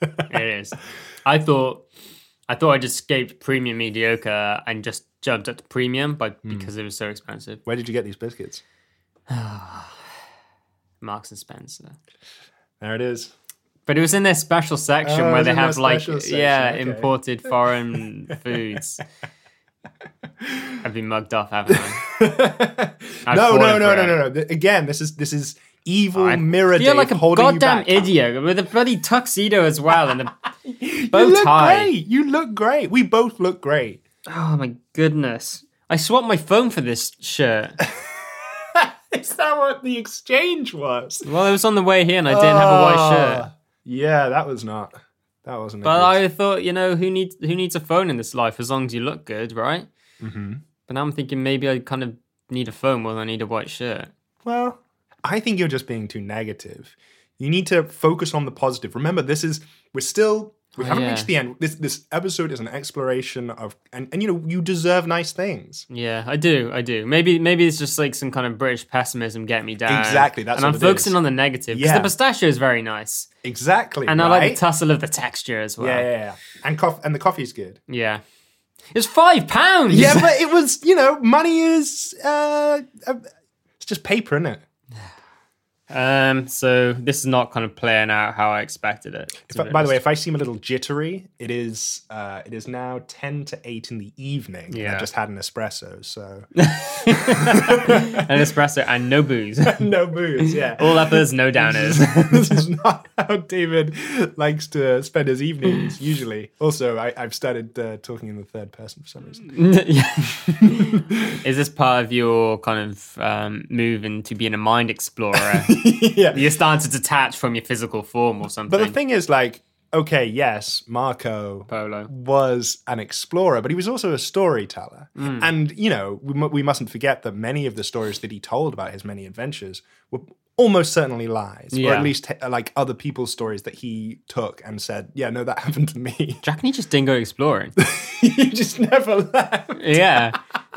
[SPEAKER 1] it is. I thought, I thought I'd escaped premium mediocre and just jumped up to premium, but because it was so expensive,
[SPEAKER 2] Where did you get these biscuits?
[SPEAKER 1] Marks and Spencer.
[SPEAKER 2] There it is.
[SPEAKER 1] But it was in their special section
[SPEAKER 2] Oh, it
[SPEAKER 1] where
[SPEAKER 2] was
[SPEAKER 1] they
[SPEAKER 2] in their
[SPEAKER 1] have like
[SPEAKER 2] special section,
[SPEAKER 1] yeah
[SPEAKER 2] okay.
[SPEAKER 1] imported foreign foods. I've been mugged off, haven't I? I
[SPEAKER 2] no,
[SPEAKER 1] fought
[SPEAKER 2] no,
[SPEAKER 1] it
[SPEAKER 2] no, no,
[SPEAKER 1] forever.
[SPEAKER 2] no, no. Th- Again, this is this is evil mirror
[SPEAKER 1] You're
[SPEAKER 2] Dave
[SPEAKER 1] like a
[SPEAKER 2] holding
[SPEAKER 1] goddamn
[SPEAKER 2] you back.
[SPEAKER 1] idiot with a bloody tuxedo as well and a bow
[SPEAKER 2] You look
[SPEAKER 1] tie.
[SPEAKER 2] great. You look great. We both look great.
[SPEAKER 1] Oh my goodness! I swapped my phone for this shirt.
[SPEAKER 2] Is that what the exchange was?
[SPEAKER 1] Well, it was on the way here and I didn't
[SPEAKER 2] Oh,
[SPEAKER 1] have a
[SPEAKER 2] Ah.
[SPEAKER 1] white shirt.
[SPEAKER 2] Yeah, that was not. That wasn't.
[SPEAKER 1] But
[SPEAKER 2] a good-
[SPEAKER 1] I thought, you know, who needs who needs a phone in this life as long as you look good, right? Mm-hmm. But now I'm thinking maybe I kind of need a phone more than I need a white shirt.
[SPEAKER 2] Well, I think you're just being too negative. You need to focus on the positive. Remember, this is we're still we
[SPEAKER 1] Oh,
[SPEAKER 2] haven't
[SPEAKER 1] yeah.
[SPEAKER 2] reached the end. This this episode is an exploration of and, and you know, you deserve nice things.
[SPEAKER 1] Yeah, I do. I do. Maybe maybe it's just like some kind of British pessimism get me down.
[SPEAKER 2] Exactly, that's
[SPEAKER 1] and I'm
[SPEAKER 2] what it
[SPEAKER 1] focusing
[SPEAKER 2] is.
[SPEAKER 1] on the negative because
[SPEAKER 2] Yeah.
[SPEAKER 1] the pistachio is very nice,
[SPEAKER 2] Exactly.
[SPEAKER 1] and I like the
[SPEAKER 2] right?
[SPEAKER 1] tussle of the texture as well.
[SPEAKER 2] Yeah, yeah, yeah. And coff and the coffee's good.
[SPEAKER 1] Yeah. It's five pounds.
[SPEAKER 2] Yeah, but it was, you know, money is uh, uh, it's just paper, isn't it?
[SPEAKER 1] Um, so this is not kind of playing out how I expected it. to
[SPEAKER 2] If
[SPEAKER 1] be
[SPEAKER 2] I- by the way,
[SPEAKER 1] honest.
[SPEAKER 2] if I seem a little jittery, it is uh, it is now ten to eight in the evening. and
[SPEAKER 1] Yeah.
[SPEAKER 2] I've just had an espresso, so
[SPEAKER 1] an espresso and no booze.
[SPEAKER 2] no booze. Yeah,
[SPEAKER 1] All uppers, no downers.
[SPEAKER 2] this is not how David likes to spend his evenings usually. Also, I, I've started uh, talking in the third person for some reason.
[SPEAKER 1] Is this part of your kind of um, move into being a mind explorer?
[SPEAKER 2] yeah,
[SPEAKER 1] You're starting to detach from your physical form or something.
[SPEAKER 2] but the thing is, like, okay, yes, Marco
[SPEAKER 1] Polo.
[SPEAKER 2] was an explorer, but he was also a storyteller. And, you know, we, mu- we mustn't forget that many of the stories that he told about his many adventures were almost certainly lies, or
[SPEAKER 1] Yeah.
[SPEAKER 2] at least uh, like other people's stories that he took and said, yeah, no, that happened to me.
[SPEAKER 1] Jack and he just didn't go exploring.
[SPEAKER 2] you just never left.
[SPEAKER 1] yeah.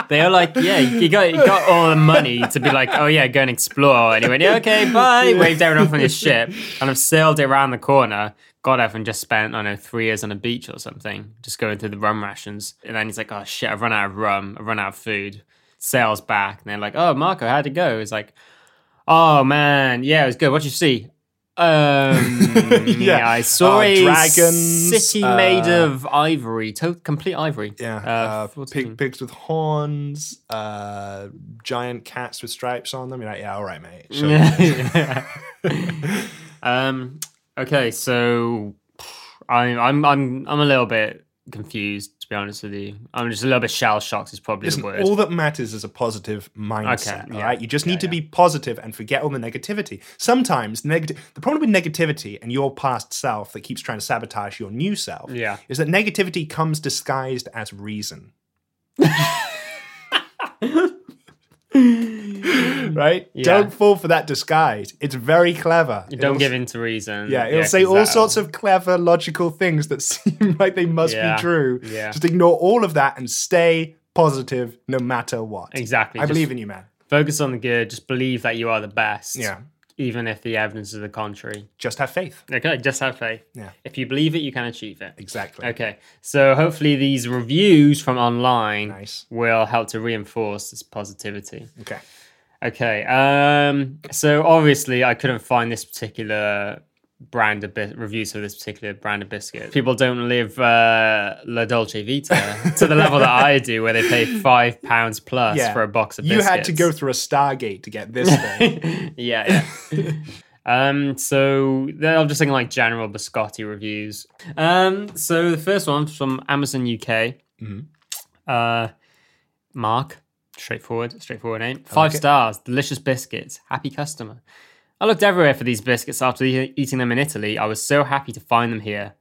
[SPEAKER 1] They are like, yeah, you got you got all the money to be like, oh yeah, go and explore. And he went, yeah, okay, bye. Waved everyone off on his ship and I've sailed it around the corner. Got off and just spent, I don't know, three years on a beach or something, just going through the rum rations. And then he's like, oh shit, I've run out of rum, I've run out of food. Sails back. And they're like, oh, Marco, how'd it go? He's like, oh man, yeah, it was good. What'd you see? Um, yeah. I saw
[SPEAKER 2] Uh,
[SPEAKER 1] a
[SPEAKER 2] dragons,
[SPEAKER 1] city made
[SPEAKER 2] uh,
[SPEAKER 1] of ivory, to- complete ivory.
[SPEAKER 2] Yeah,
[SPEAKER 1] Uh,
[SPEAKER 2] uh,
[SPEAKER 1] what's it
[SPEAKER 2] pig,
[SPEAKER 1] called?
[SPEAKER 2] pigs with horns, uh, giant cats with stripes on them. You're like, yeah, all right, mate. Sure.
[SPEAKER 1] Yeah. um. Okay, so I'm I'm I'm I'm a little bit confused to be honest with you. I'm just a little bit shell shocked. Is probably
[SPEAKER 2] Listen,
[SPEAKER 1] the word.
[SPEAKER 2] all that matters is a positive
[SPEAKER 1] Okay,
[SPEAKER 2] mindset. all
[SPEAKER 1] yeah,
[SPEAKER 2] right, you just need to be positive and forget all the negativity. Sometimes negative. The problem with negativity and your past self that keeps trying to sabotage your new self
[SPEAKER 1] Yeah.
[SPEAKER 2] is that negativity comes disguised as reason. right? Don't fall for that disguise. It's very clever.
[SPEAKER 1] You Don't
[SPEAKER 2] It'll-
[SPEAKER 1] give in to reason.
[SPEAKER 2] Yeah, it'll say
[SPEAKER 1] 'cause uh,
[SPEAKER 2] all
[SPEAKER 1] that'll-
[SPEAKER 2] sorts of clever, logical things that seem like they must
[SPEAKER 1] Yeah,
[SPEAKER 2] be true.
[SPEAKER 1] yeah.
[SPEAKER 2] Just ignore all of that and stay positive no matter what.
[SPEAKER 1] Exactly,
[SPEAKER 2] I
[SPEAKER 1] just-
[SPEAKER 2] believe in you, man.
[SPEAKER 1] focus on the good. Just believe that you are the best.
[SPEAKER 2] Yeah.
[SPEAKER 1] Even if the evidence is the contrary.
[SPEAKER 2] Just have faith.
[SPEAKER 1] Okay, just have faith.
[SPEAKER 2] Yeah.
[SPEAKER 1] If you believe it, you can achieve it.
[SPEAKER 2] Exactly.
[SPEAKER 1] Okay, so hopefully these reviews from online
[SPEAKER 2] Nice.
[SPEAKER 1] will help to reinforce this positivity.
[SPEAKER 2] Okay.
[SPEAKER 1] Okay. Um, so obviously, I couldn't find this particular brand of bis- reviews for this particular brand of biscuit. People don't live uh, La Dolce Vita to the level that I do, where they pay five pounds plus for a box of
[SPEAKER 2] You
[SPEAKER 1] biscuits.
[SPEAKER 2] had to go through a Stargate to get this thing.
[SPEAKER 1] yeah, yeah. um, so then I'm just thinking like general biscotti reviews. Um, so the first one from Amazon UK. Uh, Mark, straightforward, straightforward name. Five stars, delicious biscuits, happy customer. I looked everywhere for these biscuits after e- eating them in Italy. I was so happy to find them here.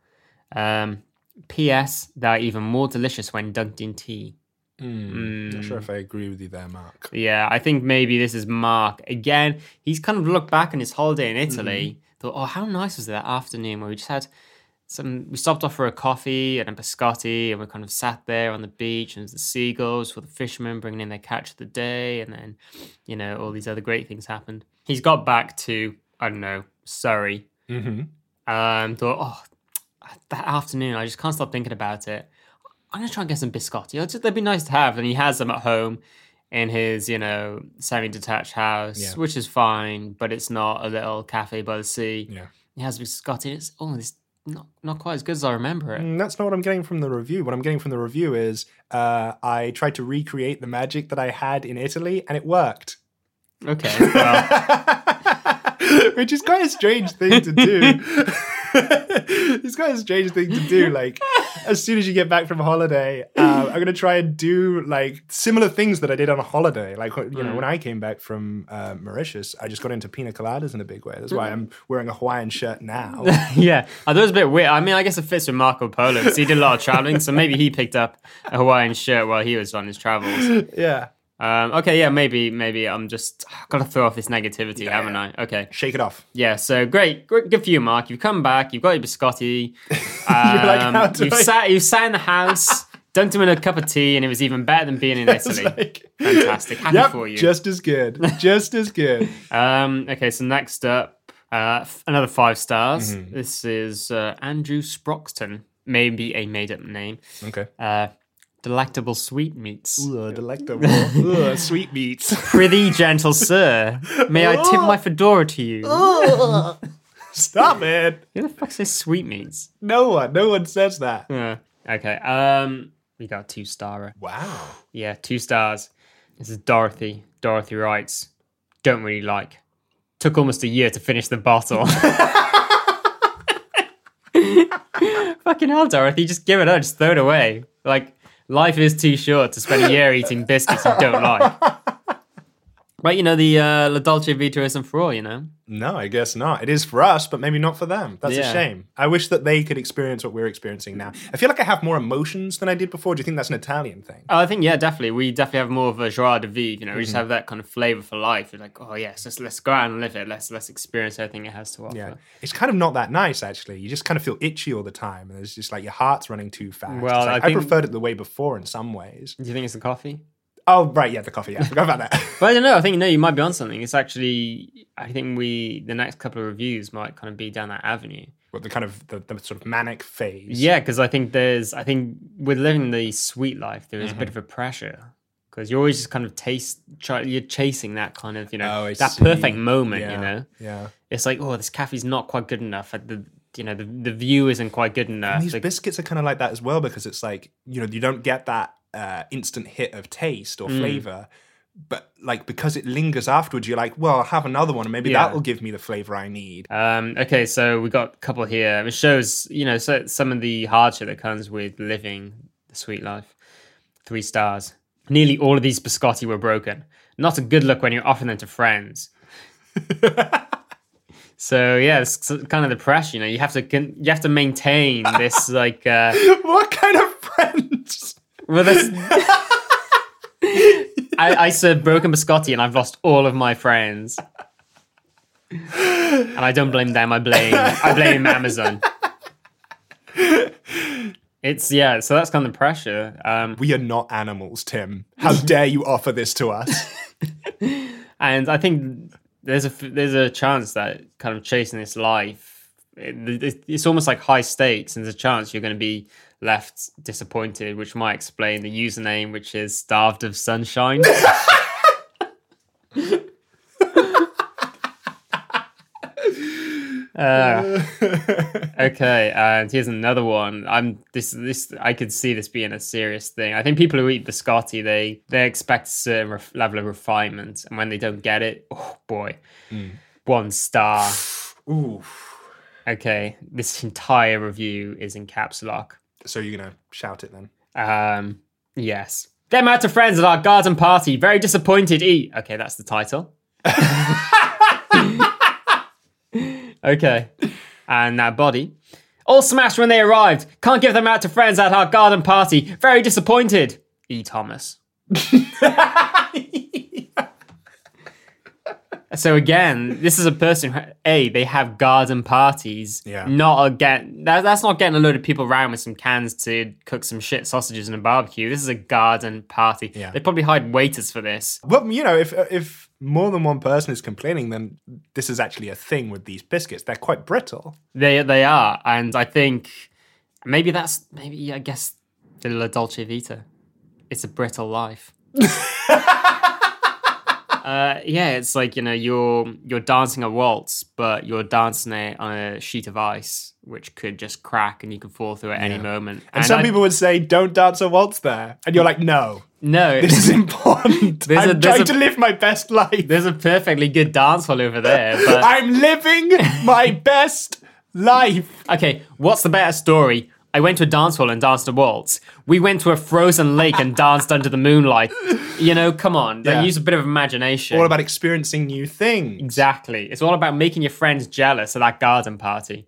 [SPEAKER 1] Um, P.S. They are even more delicious when dunked in tea. Hmm.
[SPEAKER 2] Not sure if I agree with you there, Mark.
[SPEAKER 1] Yeah, I think maybe this is Mark. Again, he's kind of looked back on his holiday in Italy, thought, oh, how nice was that afternoon where we just had some, we stopped off for a coffee and a biscotti and we kind of sat there on the beach and there's the seagulls for the fishermen bringing in their catch of the day. And then, you know, all these other great things happened. He's got back to, I don't know, Surrey. Um, thought, oh, that afternoon, I just can't stop thinking about it. I'm gonna try and get some biscotti. It'll just- They'd be nice to have, and he has them at home in his, you know, semi-detached house,
[SPEAKER 2] Yeah.
[SPEAKER 1] which is fine, but it's not a little cafe by the sea.
[SPEAKER 2] Yeah.
[SPEAKER 1] He has biscotti. and It's oh, it's not not quite as good as I remember it.
[SPEAKER 2] Mm, That's not what I'm getting from the review. What I'm getting from the review is uh, I tried to recreate the magic that I had in Italy and it worked. Mm,
[SPEAKER 1] Okay, well,
[SPEAKER 2] which is quite a strange thing to do. it's quite a strange thing to do. Like, as soon as you get back from holiday, um, I'm gonna try and do like similar things that I did on a holiday. Like, you
[SPEAKER 1] Mm.
[SPEAKER 2] know, when I came back from uh, Mauritius, I just got into pina coladas in a big way. That's why
[SPEAKER 1] Mm-hmm.
[SPEAKER 2] I'm wearing a Hawaiian shirt now.
[SPEAKER 1] yeah, I thought it was a bit weird. I mean, I guess it fits with Marco Polo because he did a lot of traveling, so maybe he picked up a Hawaiian shirt while he was on his travels.
[SPEAKER 2] yeah,
[SPEAKER 1] Um, okay, yeah, maybe maybe I'm just gotta throw off this negativity, haven't I? Okay,
[SPEAKER 2] shake it off.
[SPEAKER 1] Yeah, so great, great, good for you, Mark. You've come back. You've got your biscotti.
[SPEAKER 2] You're like,
[SPEAKER 1] Um,
[SPEAKER 2] how do
[SPEAKER 1] you've
[SPEAKER 2] I-
[SPEAKER 1] sat. You've sat in the house, dunked him in a cup of tea, and it was even better than being in
[SPEAKER 2] It's
[SPEAKER 1] Italy.
[SPEAKER 2] like-
[SPEAKER 1] Fantastic. Happy
[SPEAKER 2] Yep,
[SPEAKER 1] for you.
[SPEAKER 2] just as good. Just as good.
[SPEAKER 1] Um, okay, so next up, uh, f- another five stars. This is uh, Andrew Sproxton. Maybe a made-up name.
[SPEAKER 2] okay.
[SPEAKER 1] Uh, Delectable sweetmeats.
[SPEAKER 2] Ugh, delectable. Ugh, sweetmeats.
[SPEAKER 1] Prithee, gentle sir, may I tip my fedora to you?
[SPEAKER 2] Stop it.
[SPEAKER 1] Who the fuck says sweetmeats?
[SPEAKER 2] No one. No one says that.
[SPEAKER 1] Yeah. Okay. Um, we got two star.
[SPEAKER 2] Wow.
[SPEAKER 1] Yeah, two stars. This is Dorothy. Dorothy writes, "Don't really like. Took almost a year to finish the bottle." Fucking hell, Dorothy! Just give it up. Just throw it away. Like life is too short to spend a year eating biscuits you don't like. Right, you know the uh, La Dolce Vita isn't for all, you know.
[SPEAKER 2] No, I guess not. It is for us, but maybe not for them. That's
[SPEAKER 1] Yeah.
[SPEAKER 2] a shame. I wish that they could experience what we're experiencing now. I feel like I have more emotions than I did before. Do you think that's an Italian thing?
[SPEAKER 1] Oh, I think yeah, definitely. We definitely have more of a joie de vivre. You know, we just have that kind of flavor for life. We're like, oh yes, let's let's go out and live it. Let's let's experience everything it has to offer.
[SPEAKER 2] Yeah. It's kind of not that nice, actually. You just kind of feel itchy all the time. And it's just like your heart's running too fast.
[SPEAKER 1] Well,
[SPEAKER 2] It's like,
[SPEAKER 1] I
[SPEAKER 2] I,
[SPEAKER 1] think-
[SPEAKER 2] preferred it the way before in some ways.
[SPEAKER 1] Do you think it's the coffee?
[SPEAKER 2] Oh, right. Yeah, the coffee. Yeah, I forgot about that.
[SPEAKER 1] But I don't know. I think no, you might be on something. It's actually, I think we the next couple of reviews might kind of be down that avenue.
[SPEAKER 2] What the kind of the, the sort of manic phase.
[SPEAKER 1] Yeah, because I think there's, I think with living the sweet life, there is a bit
[SPEAKER 2] Mm-hmm.
[SPEAKER 1] of a pressure because you always just kind of taste, try, you're chasing that kind of, you know,
[SPEAKER 2] Oh, I
[SPEAKER 1] that
[SPEAKER 2] see.
[SPEAKER 1] perfect moment.
[SPEAKER 2] Yeah,
[SPEAKER 1] You know,
[SPEAKER 2] Yeah.
[SPEAKER 1] it's like, oh, this cafe's not quite good enough. uh, The you know, the, the view isn't quite good enough.
[SPEAKER 2] And these
[SPEAKER 1] The-
[SPEAKER 2] biscuits are kind of like that as well because it's like you know you don't get that uh, instant hit of taste
[SPEAKER 1] Mm.
[SPEAKER 2] or flavor, but like because it lingers afterwards, you're like, well, I'll have another one, and maybe
[SPEAKER 1] Yeah.
[SPEAKER 2] that will give me the flavor I need.
[SPEAKER 1] Um, okay, so we got a couple here. It shows, you know, so, some of the hardship that comes with living the sweet life. Three stars. Nearly all of these biscotti were broken. Not a good look when you're offering them to friends. so yeah, it's s- kind of the pressure. You know, you have to con- you have to maintain this like. Uh,
[SPEAKER 2] what kind of friends?
[SPEAKER 1] well, this. I, I serve broken biscotti and I've lost all of my friends. And I don't blame them. I blame I blame Amazon. It's yeah. So that's kind of the pressure. Um,
[SPEAKER 2] We are not animals, Tim. How dare you offer this to us?
[SPEAKER 1] and I think there's a f- there's a chance that kind of chasing this life, it, it, it's almost like high stakes, and there's a chance you're going to be left disappointed, which might explain the username, which is starved of sunshine. Uh, okay, and here's another one. I'm this this I could see this being a serious thing. I think people who eat biscotti they they expect a certain ref- level of refinement, and when they don't get it, oh boy, one star.
[SPEAKER 2] Ooh.
[SPEAKER 1] Okay, this entire review is in caps lock.
[SPEAKER 2] So you're gonna shout it then?
[SPEAKER 1] Um, yes. Them out to friends at our garden party. Very disappointed. Eat. Okay, that's the title. okay. And that body. All smashed when they arrived. Can't give them out to friends at our garden party. Very disappointed. E. Thomas. so again, this is a person. Who, a they have garden parties.
[SPEAKER 2] Yeah.
[SPEAKER 1] Not a get. That, that's not getting a load of people around with some cans to cook some shit sausages and a barbecue. This is a garden party.
[SPEAKER 2] Yeah.
[SPEAKER 1] They probably hired waiters for this.
[SPEAKER 2] Well, you know, if uh, if more than one person is complaining, then this is actually a thing with these biscuits. They're quite brittle.
[SPEAKER 1] They they are, and I think maybe that's maybe I guess the La Dolce Vita. It's a brittle life. uh, yeah, it's like you know you're you're dancing a waltz, but you're dancing it on a sheet of ice, which could just crack and you could fall through at any moment.
[SPEAKER 2] And, some
[SPEAKER 1] I-
[SPEAKER 2] people would say, "Don't dance a waltz there," and you're like, "No,
[SPEAKER 1] no.
[SPEAKER 2] This is important.
[SPEAKER 1] There's a-
[SPEAKER 2] I'm
[SPEAKER 1] there's
[SPEAKER 2] trying
[SPEAKER 1] a-
[SPEAKER 2] to live my best life.
[SPEAKER 1] There's a perfectly good dance hall over there, but
[SPEAKER 2] I'm living my best life.
[SPEAKER 1] Okay, what's the better story? I went to a dance hall and danced a waltz. We went to a frozen lake and danced under the moonlight. You know, come on,
[SPEAKER 2] Yeah.
[SPEAKER 1] then use a bit of imagination.
[SPEAKER 2] All about experiencing new things.
[SPEAKER 1] exactly. It's all about making your friends jealous at that garden party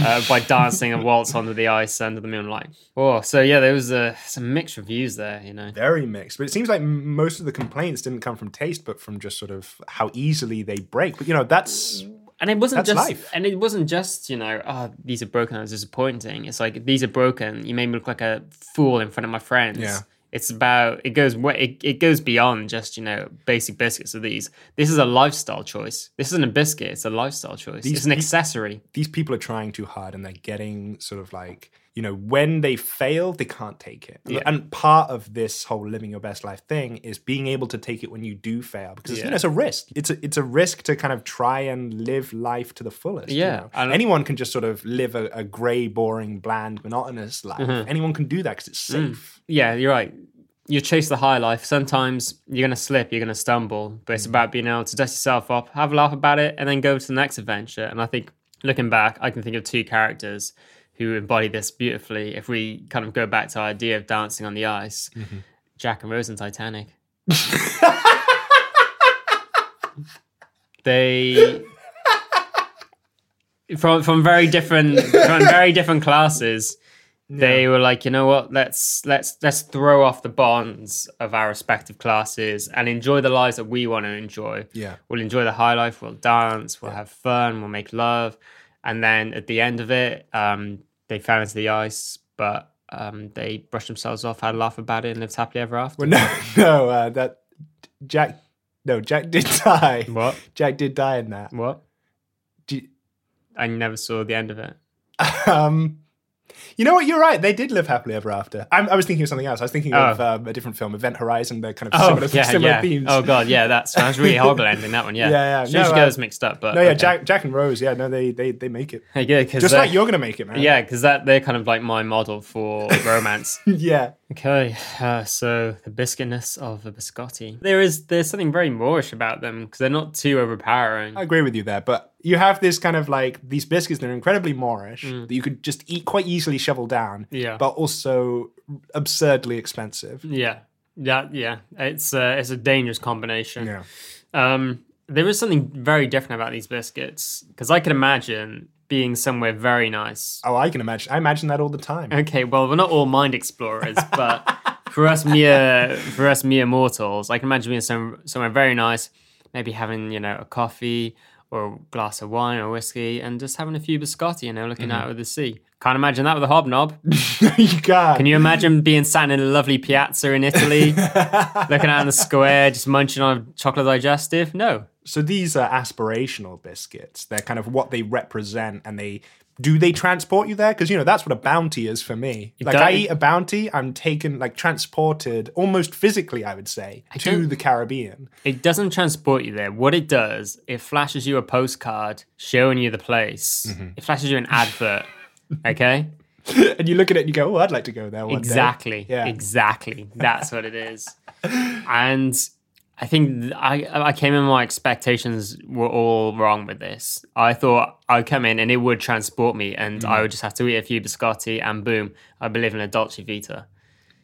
[SPEAKER 1] uh, by dancing a waltz under the ice under the moonlight. Oh, so yeah, there was uh, some mixed reviews there. You know,
[SPEAKER 2] Very mixed, but it seems like m- most of the complaints didn't come from taste, but from just sort of how easily they break. But you know, that's
[SPEAKER 1] and it wasn't
[SPEAKER 2] That's
[SPEAKER 1] just
[SPEAKER 2] life.
[SPEAKER 1] and it wasn't just you know oh these are broken I was disappointing it's like these are broken you made me look like a fool in front of my friends
[SPEAKER 2] Yeah.
[SPEAKER 1] it's about it goes way it, it goes beyond just you know basic biscuits of these this is a lifestyle choice this isn't a biscuit it's a lifestyle choice it's an accessory
[SPEAKER 2] these people are trying too hard, and they're getting sort of like you know, when they fail, they can't take it. And part of this whole living your best life thing is being able to take it when you do fail because you know, it's a risk. It's a, it's a risk to kind of try and live life to the fullest. you
[SPEAKER 1] Yeah,
[SPEAKER 2] know?
[SPEAKER 1] and-
[SPEAKER 2] anyone can just sort of live a, a grey, boring, bland, monotonous life.
[SPEAKER 1] Mm-hmm.
[SPEAKER 2] Anyone can do that because it's
[SPEAKER 1] Mm.
[SPEAKER 2] safe.
[SPEAKER 1] yeah, you're right. You chase the high life. Sometimes you're going to slip, you're going to stumble, but it's about being able to dust yourself up, have a laugh about it, and then go to the next adventure. And I think looking back, I can think of two characters who embody this beautifully. If we kind of go back to our idea of dancing on the ice, Jack and Rose in Titanic. they from from very different from very different classes they were like you know what let's let's let's throw off the bonds of our respective classes and enjoy the lives that we want to enjoy
[SPEAKER 2] Yeah.
[SPEAKER 1] we'll enjoy the high life we'll dance we'll have fun we'll make love and then at the end of it um they fell into the ice but um they brushed themselves off had a laugh about it and lived happily ever after
[SPEAKER 2] Well, no, no, uh, that Jack, no, Jack did die.
[SPEAKER 1] What?
[SPEAKER 2] Jack did die in that.
[SPEAKER 1] what
[SPEAKER 2] Do you-
[SPEAKER 1] i never saw the end of it
[SPEAKER 2] Um, you know what? You're right. They did live happily ever after. I'm, I was thinking of something else. I was thinking of
[SPEAKER 1] Oh.
[SPEAKER 2] um, a different film, Event Horizon. They're kind of
[SPEAKER 1] Oh,
[SPEAKER 2] similar,
[SPEAKER 1] yeah,
[SPEAKER 2] similar
[SPEAKER 1] yeah.
[SPEAKER 2] themes.
[SPEAKER 1] Oh god, yeah, that's sounds really horrible ending that one. Yeah,
[SPEAKER 2] Yeah, yeah.
[SPEAKER 1] She
[SPEAKER 2] No,
[SPEAKER 1] just
[SPEAKER 2] uh,
[SPEAKER 1] goes mixed up, but
[SPEAKER 2] no, yeah,
[SPEAKER 1] okay.
[SPEAKER 2] Jack, Jack and Rose. Yeah, no, they they they make it.
[SPEAKER 1] Hey, yeah, cause
[SPEAKER 2] Just
[SPEAKER 1] they're-
[SPEAKER 2] like you're gonna make it, man.
[SPEAKER 1] Yeah, because that they're kind of like my model for romance.
[SPEAKER 2] yeah.
[SPEAKER 1] okay, uh, so the biscuitness of a biscotti. There is there's something very Moorish about them because they're not too overpowering.
[SPEAKER 2] I agree with you there, but you have this kind of like these biscuits that are incredibly Moorish that you could just eat quite easily, shovel down.
[SPEAKER 1] Mm. Yeah. Mm.
[SPEAKER 2] but also absurdly expensive.
[SPEAKER 1] yeah, yeah, yeah. It's uh, it's a dangerous combination.
[SPEAKER 2] Yeah.
[SPEAKER 1] Um, there is something very different about these biscuits because I could imagine being somewhere very nice
[SPEAKER 2] Oh, I can imagine. I imagine that all the time.
[SPEAKER 1] Okay, well, we're not all mind explorers, but for us mere for us mere mortals, I can imagine being some, somewhere very nice, maybe having you know a coffee or a glass of wine or whiskey, and just having a few biscotti, you know, looking out over the sea. Can't imagine that with a hobnob.
[SPEAKER 2] you got.
[SPEAKER 1] Can you imagine being sat in a lovely piazza in Italy, looking out in the square, just munching on a chocolate digestive? No.
[SPEAKER 2] So these are aspirational biscuits. They're kind of what they represent, and they do they transport you there? Because you know that's what a bounty is for me. Like
[SPEAKER 1] don't-
[SPEAKER 2] I eat a bounty, I'm taken, like transported, almost physically, I would say, to
[SPEAKER 1] don't-
[SPEAKER 2] the Caribbean.
[SPEAKER 1] It doesn't transport you there. What it does, it flashes you a postcard showing you the place. It flashes you an advert. Okay?
[SPEAKER 2] And you look at it and you go, "Oh, I'd like to go there." One day."
[SPEAKER 1] Exactly.
[SPEAKER 2] Yeah.
[SPEAKER 1] Exactly. That's what it is. And I think th- I I came in my expectations were all wrong with this. I thought I'd come in and it would transport me and
[SPEAKER 2] Mm.
[SPEAKER 1] I would just have to eat a few biscotti and boom, I'd be living a Dolce Vita.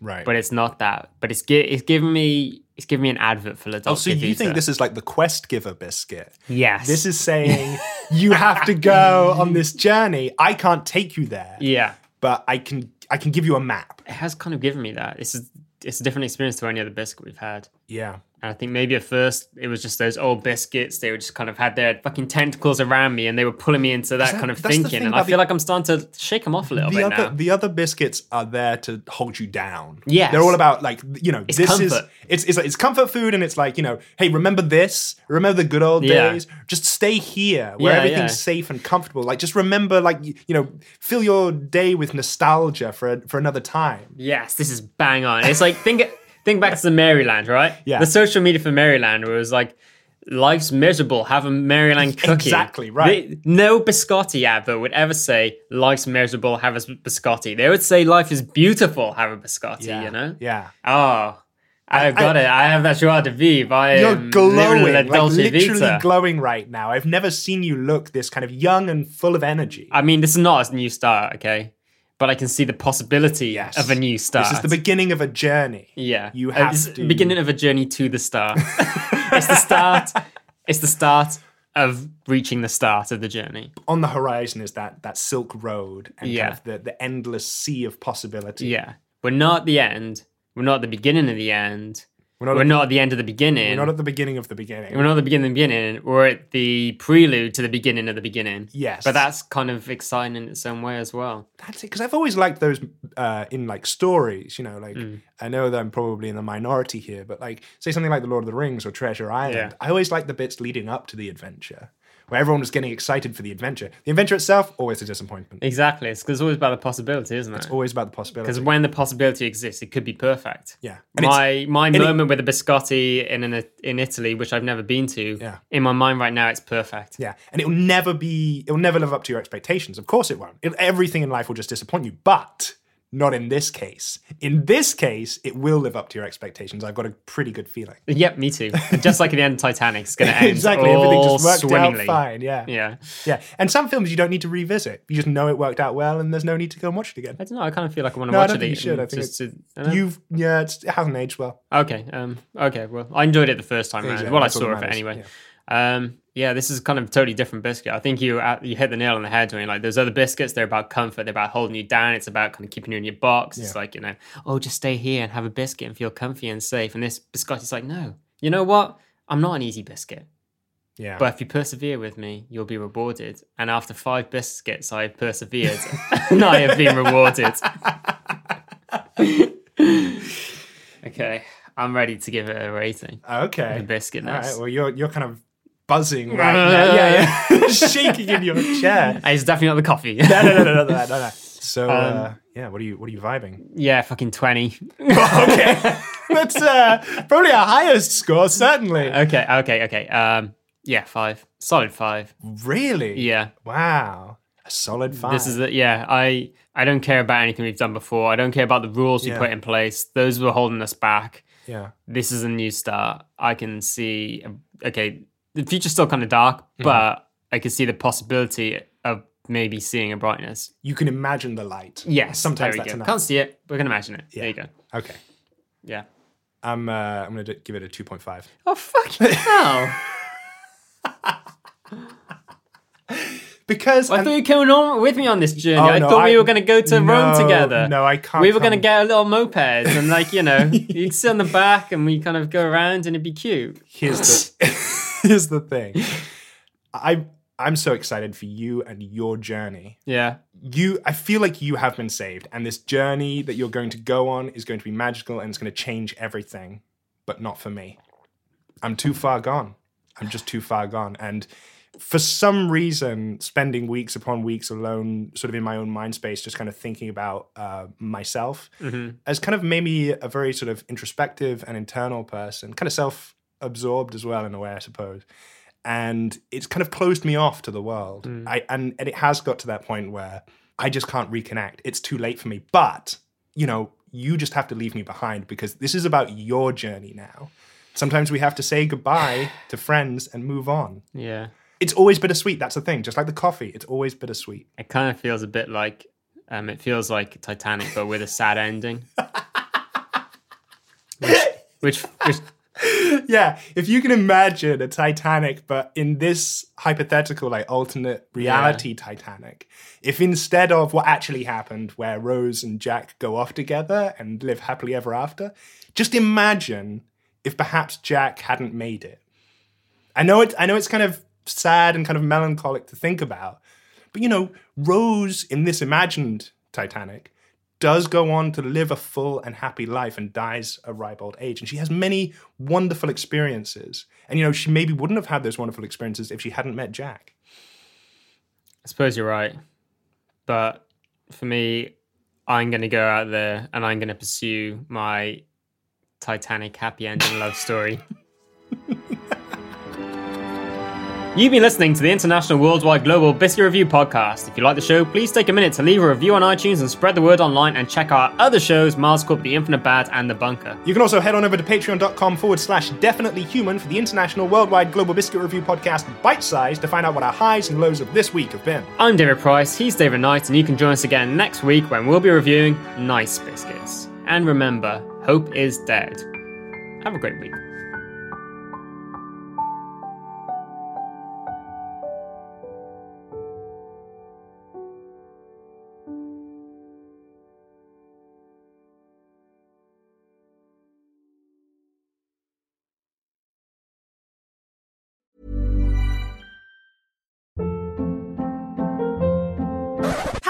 [SPEAKER 2] Right.
[SPEAKER 1] But it's not that. But it's gi- it's giving me it's giving me an advert for La
[SPEAKER 2] oh,
[SPEAKER 1] Dolce
[SPEAKER 2] so
[SPEAKER 1] Vita.
[SPEAKER 2] you think this is like the quest giver biscuit?
[SPEAKER 1] Yes.
[SPEAKER 2] This is saying you have to go on this journey. I can't take you there,
[SPEAKER 1] Yeah.
[SPEAKER 2] but I can. I can give you a map.
[SPEAKER 1] It has kind of given me that. This is it's a different experience to any other biscuit we've had.
[SPEAKER 2] Yeah.
[SPEAKER 1] And I think maybe at first it was just those old biscuits. They were just kind of had their fucking tentacles around me, and they were pulling me into that,
[SPEAKER 2] that-
[SPEAKER 1] kind of
[SPEAKER 2] that's the
[SPEAKER 1] thinking.
[SPEAKER 2] thing
[SPEAKER 1] and I
[SPEAKER 2] about the-
[SPEAKER 1] feel like I'm starting to shake them off a little
[SPEAKER 2] the
[SPEAKER 1] bit
[SPEAKER 2] other
[SPEAKER 1] now.
[SPEAKER 2] the other biscuits are there to hold you down.
[SPEAKER 1] Yes.
[SPEAKER 2] they're all about like you know
[SPEAKER 1] It's
[SPEAKER 2] this is
[SPEAKER 1] comfort.
[SPEAKER 2] it's it's, like, it's comfort food and it's like you know hey remember this remember the good old
[SPEAKER 1] Yeah.
[SPEAKER 2] days just stay here where
[SPEAKER 1] Yeah,
[SPEAKER 2] everything's
[SPEAKER 1] yeah.
[SPEAKER 2] safe and comfortable like just remember like you, you know fill your day with nostalgia for for another time.
[SPEAKER 1] yes, this is bang on. It's like think think back to the Maryland, right?
[SPEAKER 2] Yeah.
[SPEAKER 1] The social media for Maryland was like. Life's miserable. Have a Maryland cookie.
[SPEAKER 2] Exactly, right.
[SPEAKER 1] They- no biscotti advert would ever say life's miserable. Have a s- biscotti. They would say life is beautiful. Have a biscotti. You know.
[SPEAKER 2] Yeah.
[SPEAKER 1] Oh, I've got it. I have that joie de vivre. I
[SPEAKER 2] You're
[SPEAKER 1] am
[SPEAKER 2] glowing,
[SPEAKER 1] Um, living La
[SPEAKER 2] like
[SPEAKER 1] Dolce
[SPEAKER 2] literally
[SPEAKER 1] Vita.
[SPEAKER 2] glowing right now. I've never seen you look this kind of young and full of energy.
[SPEAKER 1] I mean, this is not a new start, okay? But I can see the possibility
[SPEAKER 2] Yes.
[SPEAKER 1] of a new start.
[SPEAKER 2] this is the beginning of a journey.
[SPEAKER 1] yeah.
[SPEAKER 2] you
[SPEAKER 1] Uh,
[SPEAKER 2] have
[SPEAKER 1] this is the
[SPEAKER 2] to-
[SPEAKER 1] beginning of a journey to the star. it's the start. It's the start of reaching the start of the journey.
[SPEAKER 2] on the horizon is that that Silk Road and
[SPEAKER 1] Yeah.
[SPEAKER 2] kind of the, the endless sea of possibility.
[SPEAKER 1] Yeah. We're not at the end. We're not at the beginning of the end. We're
[SPEAKER 2] not
[SPEAKER 1] not,
[SPEAKER 2] at-
[SPEAKER 1] at the end of the beginning.
[SPEAKER 2] We're not at the beginning of the beginning.
[SPEAKER 1] We're not at the beginning of the beginning. We're at the prelude to the beginning of the beginning.
[SPEAKER 2] Yes.
[SPEAKER 1] But that's kind of exciting in its own way as well.
[SPEAKER 2] That's it. Because I've always liked those uh, in like stories, you know, like
[SPEAKER 1] Mm.
[SPEAKER 2] I know that I'm probably in the minority here, but like say something like The Lord of the Rings or Treasure Island.
[SPEAKER 1] Yeah.
[SPEAKER 2] I always like the bits leading up to the adventure where everyone was getting excited for the adventure. The adventure itself, always a disappointment.
[SPEAKER 1] Exactly. It's, 'cause it's always about the possibility, isn't it?
[SPEAKER 2] Always about the
[SPEAKER 1] Because
[SPEAKER 2] possibility.
[SPEAKER 1] when the possibility exists, it could be perfect.
[SPEAKER 2] Yeah. And
[SPEAKER 1] My my
[SPEAKER 2] it-
[SPEAKER 1] moment with the biscotti in an, in Italy, which I've never been to,
[SPEAKER 2] Yeah.
[SPEAKER 1] in my mind right now, it's perfect.
[SPEAKER 2] Yeah, and it'll never be, it'll never live up to your expectations. Of course it won't. It, everything in life will just disappoint you, but not in this case. In this case, it will live up to your expectations. I've got a pretty good feeling.
[SPEAKER 1] Yep, me too. And just like at the end of Titanic, it's going to end
[SPEAKER 2] exactly,
[SPEAKER 1] all
[SPEAKER 2] everything just worked
[SPEAKER 1] swimmingly.
[SPEAKER 2] out fine. Yeah.
[SPEAKER 1] Yeah.
[SPEAKER 2] yeah. And some films you don't need to revisit. You just know it worked out well, and there's no need to go and watch it again.
[SPEAKER 1] I don't know. I kind of feel like I want to
[SPEAKER 2] No, I
[SPEAKER 1] watch
[SPEAKER 2] don't
[SPEAKER 1] it.
[SPEAKER 2] think you should.
[SPEAKER 1] and
[SPEAKER 2] I think
[SPEAKER 1] just
[SPEAKER 2] it-
[SPEAKER 1] to- I don't know.
[SPEAKER 2] You've yeah, it's, it hasn't aged well.
[SPEAKER 1] Okay. Um, okay. Well, I enjoyed it the first time around.
[SPEAKER 2] Exactly,
[SPEAKER 1] Well, I
[SPEAKER 2] that's all
[SPEAKER 1] saw
[SPEAKER 2] that
[SPEAKER 1] of it
[SPEAKER 2] matters,
[SPEAKER 1] anyway. Um, yeah, this is kind of totally different biscuit. I think you uh, you hit the nail on the head when you're like, those other biscuits, they're about comfort. They're about holding you down. It's about kind of keeping you in your box. It's like, you know, oh, just stay here and have a biscuit and feel comfy and safe. And this biscotti is like, no, you know what? I'm not an easy biscuit.
[SPEAKER 2] Yeah.
[SPEAKER 1] But if you persevere with me, you'll be rewarded. And after five biscuits, I have persevered and I have been rewarded. okay, I'm ready to give it a rating.
[SPEAKER 2] okay.
[SPEAKER 1] The biscuit
[SPEAKER 2] All right.
[SPEAKER 1] nuts.
[SPEAKER 2] Well, you're you're kind of buzzing right now. Yeah, yeah. Shaking in your chair.
[SPEAKER 1] It's definitely not the coffee.
[SPEAKER 2] No, no, no, no, no, no, no, no. So
[SPEAKER 1] Um,
[SPEAKER 2] uh, yeah, what are you what are you vibing?
[SPEAKER 1] yeah, fucking 20.
[SPEAKER 2] okay. That's uh, probably our highest score, certainly.
[SPEAKER 1] Okay, okay, okay. Um, yeah, five. Solid five.
[SPEAKER 2] really?
[SPEAKER 1] Yeah.
[SPEAKER 2] Wow. A solid five.
[SPEAKER 1] This is it. Yeah, I I don't care about anything we've done before. I don't care about the rules we
[SPEAKER 2] Yeah.
[SPEAKER 1] put in place. Those were holding us back.
[SPEAKER 2] yeah.
[SPEAKER 1] this is a new start. I can see, okay, the future's still kind of dark,
[SPEAKER 2] Mm-hmm.
[SPEAKER 1] but I can see the possibility of maybe seeing a brightness.
[SPEAKER 2] You can imagine the light.
[SPEAKER 1] Yes,
[SPEAKER 2] Sometimes
[SPEAKER 1] there we
[SPEAKER 2] that's
[SPEAKER 1] go.
[SPEAKER 2] enough.
[SPEAKER 1] Can't see it. We can imagine it. There
[SPEAKER 2] Yeah.
[SPEAKER 1] you go.
[SPEAKER 2] Okay.
[SPEAKER 1] Yeah.
[SPEAKER 2] I'm uh, I'm gonna d- give it a two point five.
[SPEAKER 1] Oh fuck you! no.
[SPEAKER 2] Because um,
[SPEAKER 1] I
[SPEAKER 2] and-
[SPEAKER 1] thought you came on with me on this journey.
[SPEAKER 2] Oh,
[SPEAKER 1] I
[SPEAKER 2] no,
[SPEAKER 1] thought we
[SPEAKER 2] I-
[SPEAKER 1] were going to go to Rome
[SPEAKER 2] No,
[SPEAKER 1] together.
[SPEAKER 2] no, I can't
[SPEAKER 1] We were to
[SPEAKER 2] come.
[SPEAKER 1] get a little moped and like you know, you sit on the back and we kind of go around and it'd be cute.
[SPEAKER 2] here's the here's the thing. I I'm so excited for you and your journey.
[SPEAKER 1] Yeah.
[SPEAKER 2] You I feel like you have been saved, and this journey that you're going to go on is going to be magical and it's going to change everything, but not for me. I'm too far gone. I'm just too far gone, and for some reason, spending weeks upon weeks alone, sort of in my own mind space, just kind of thinking about uh, myself, has kind of made me a very sort of introspective and internal person, kind of self absorbed as well, in a way, I suppose. And it's kind of closed me off to the world. I, and, and it has got to that point where I just can't reconnect. It's too late for me. But, you know, you just have to leave me behind because this is about your journey now. Sometimes we have to say goodbye to friends and move on
[SPEAKER 1] Yeah.
[SPEAKER 2] it's always bittersweet. That's the thing. Just like the coffee, it's always bittersweet.
[SPEAKER 1] It kind of feels a bit like um, it feels like Titanic, but with a sad ending. which, which, which
[SPEAKER 2] Yeah, if you can imagine a Titanic, but in this hypothetical, like alternate reality Titanic, if instead of what actually happened, where Rose and Jack go off together and live happily ever after, just imagine if perhaps Jack hadn't made it. I know it. I know it's kind of sad and kind of melancholic to think about, but you know, Rose in this imagined Titanic does go on to live a full and happy life and dies a ripe old age, and she has many wonderful experiences. And you know, she maybe wouldn't have had those wonderful experiences if she hadn't met Jack.
[SPEAKER 1] I suppose you're right, but for me, I'm going to go out there and I'm going to pursue my Titanic happy ending love story. You've been listening to the International Worldwide Global Biscuit Review podcast. If you like the show, please take a minute to leave a review on iTunes and spread the word online and check our other shows, Mars Corp, The Infinite Bad, and The Bunker.
[SPEAKER 2] You can also head on over to patreon.com forward slash definitely human for the international worldwide global biscuit review podcast bite size to find out what our highs and lows of this week have been.
[SPEAKER 1] I'm David Price, he's David Knight, and you can join us again next week when we'll be reviewing Nice Biscuits. And remember, hope is dead. Have a great week.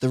[SPEAKER 3] The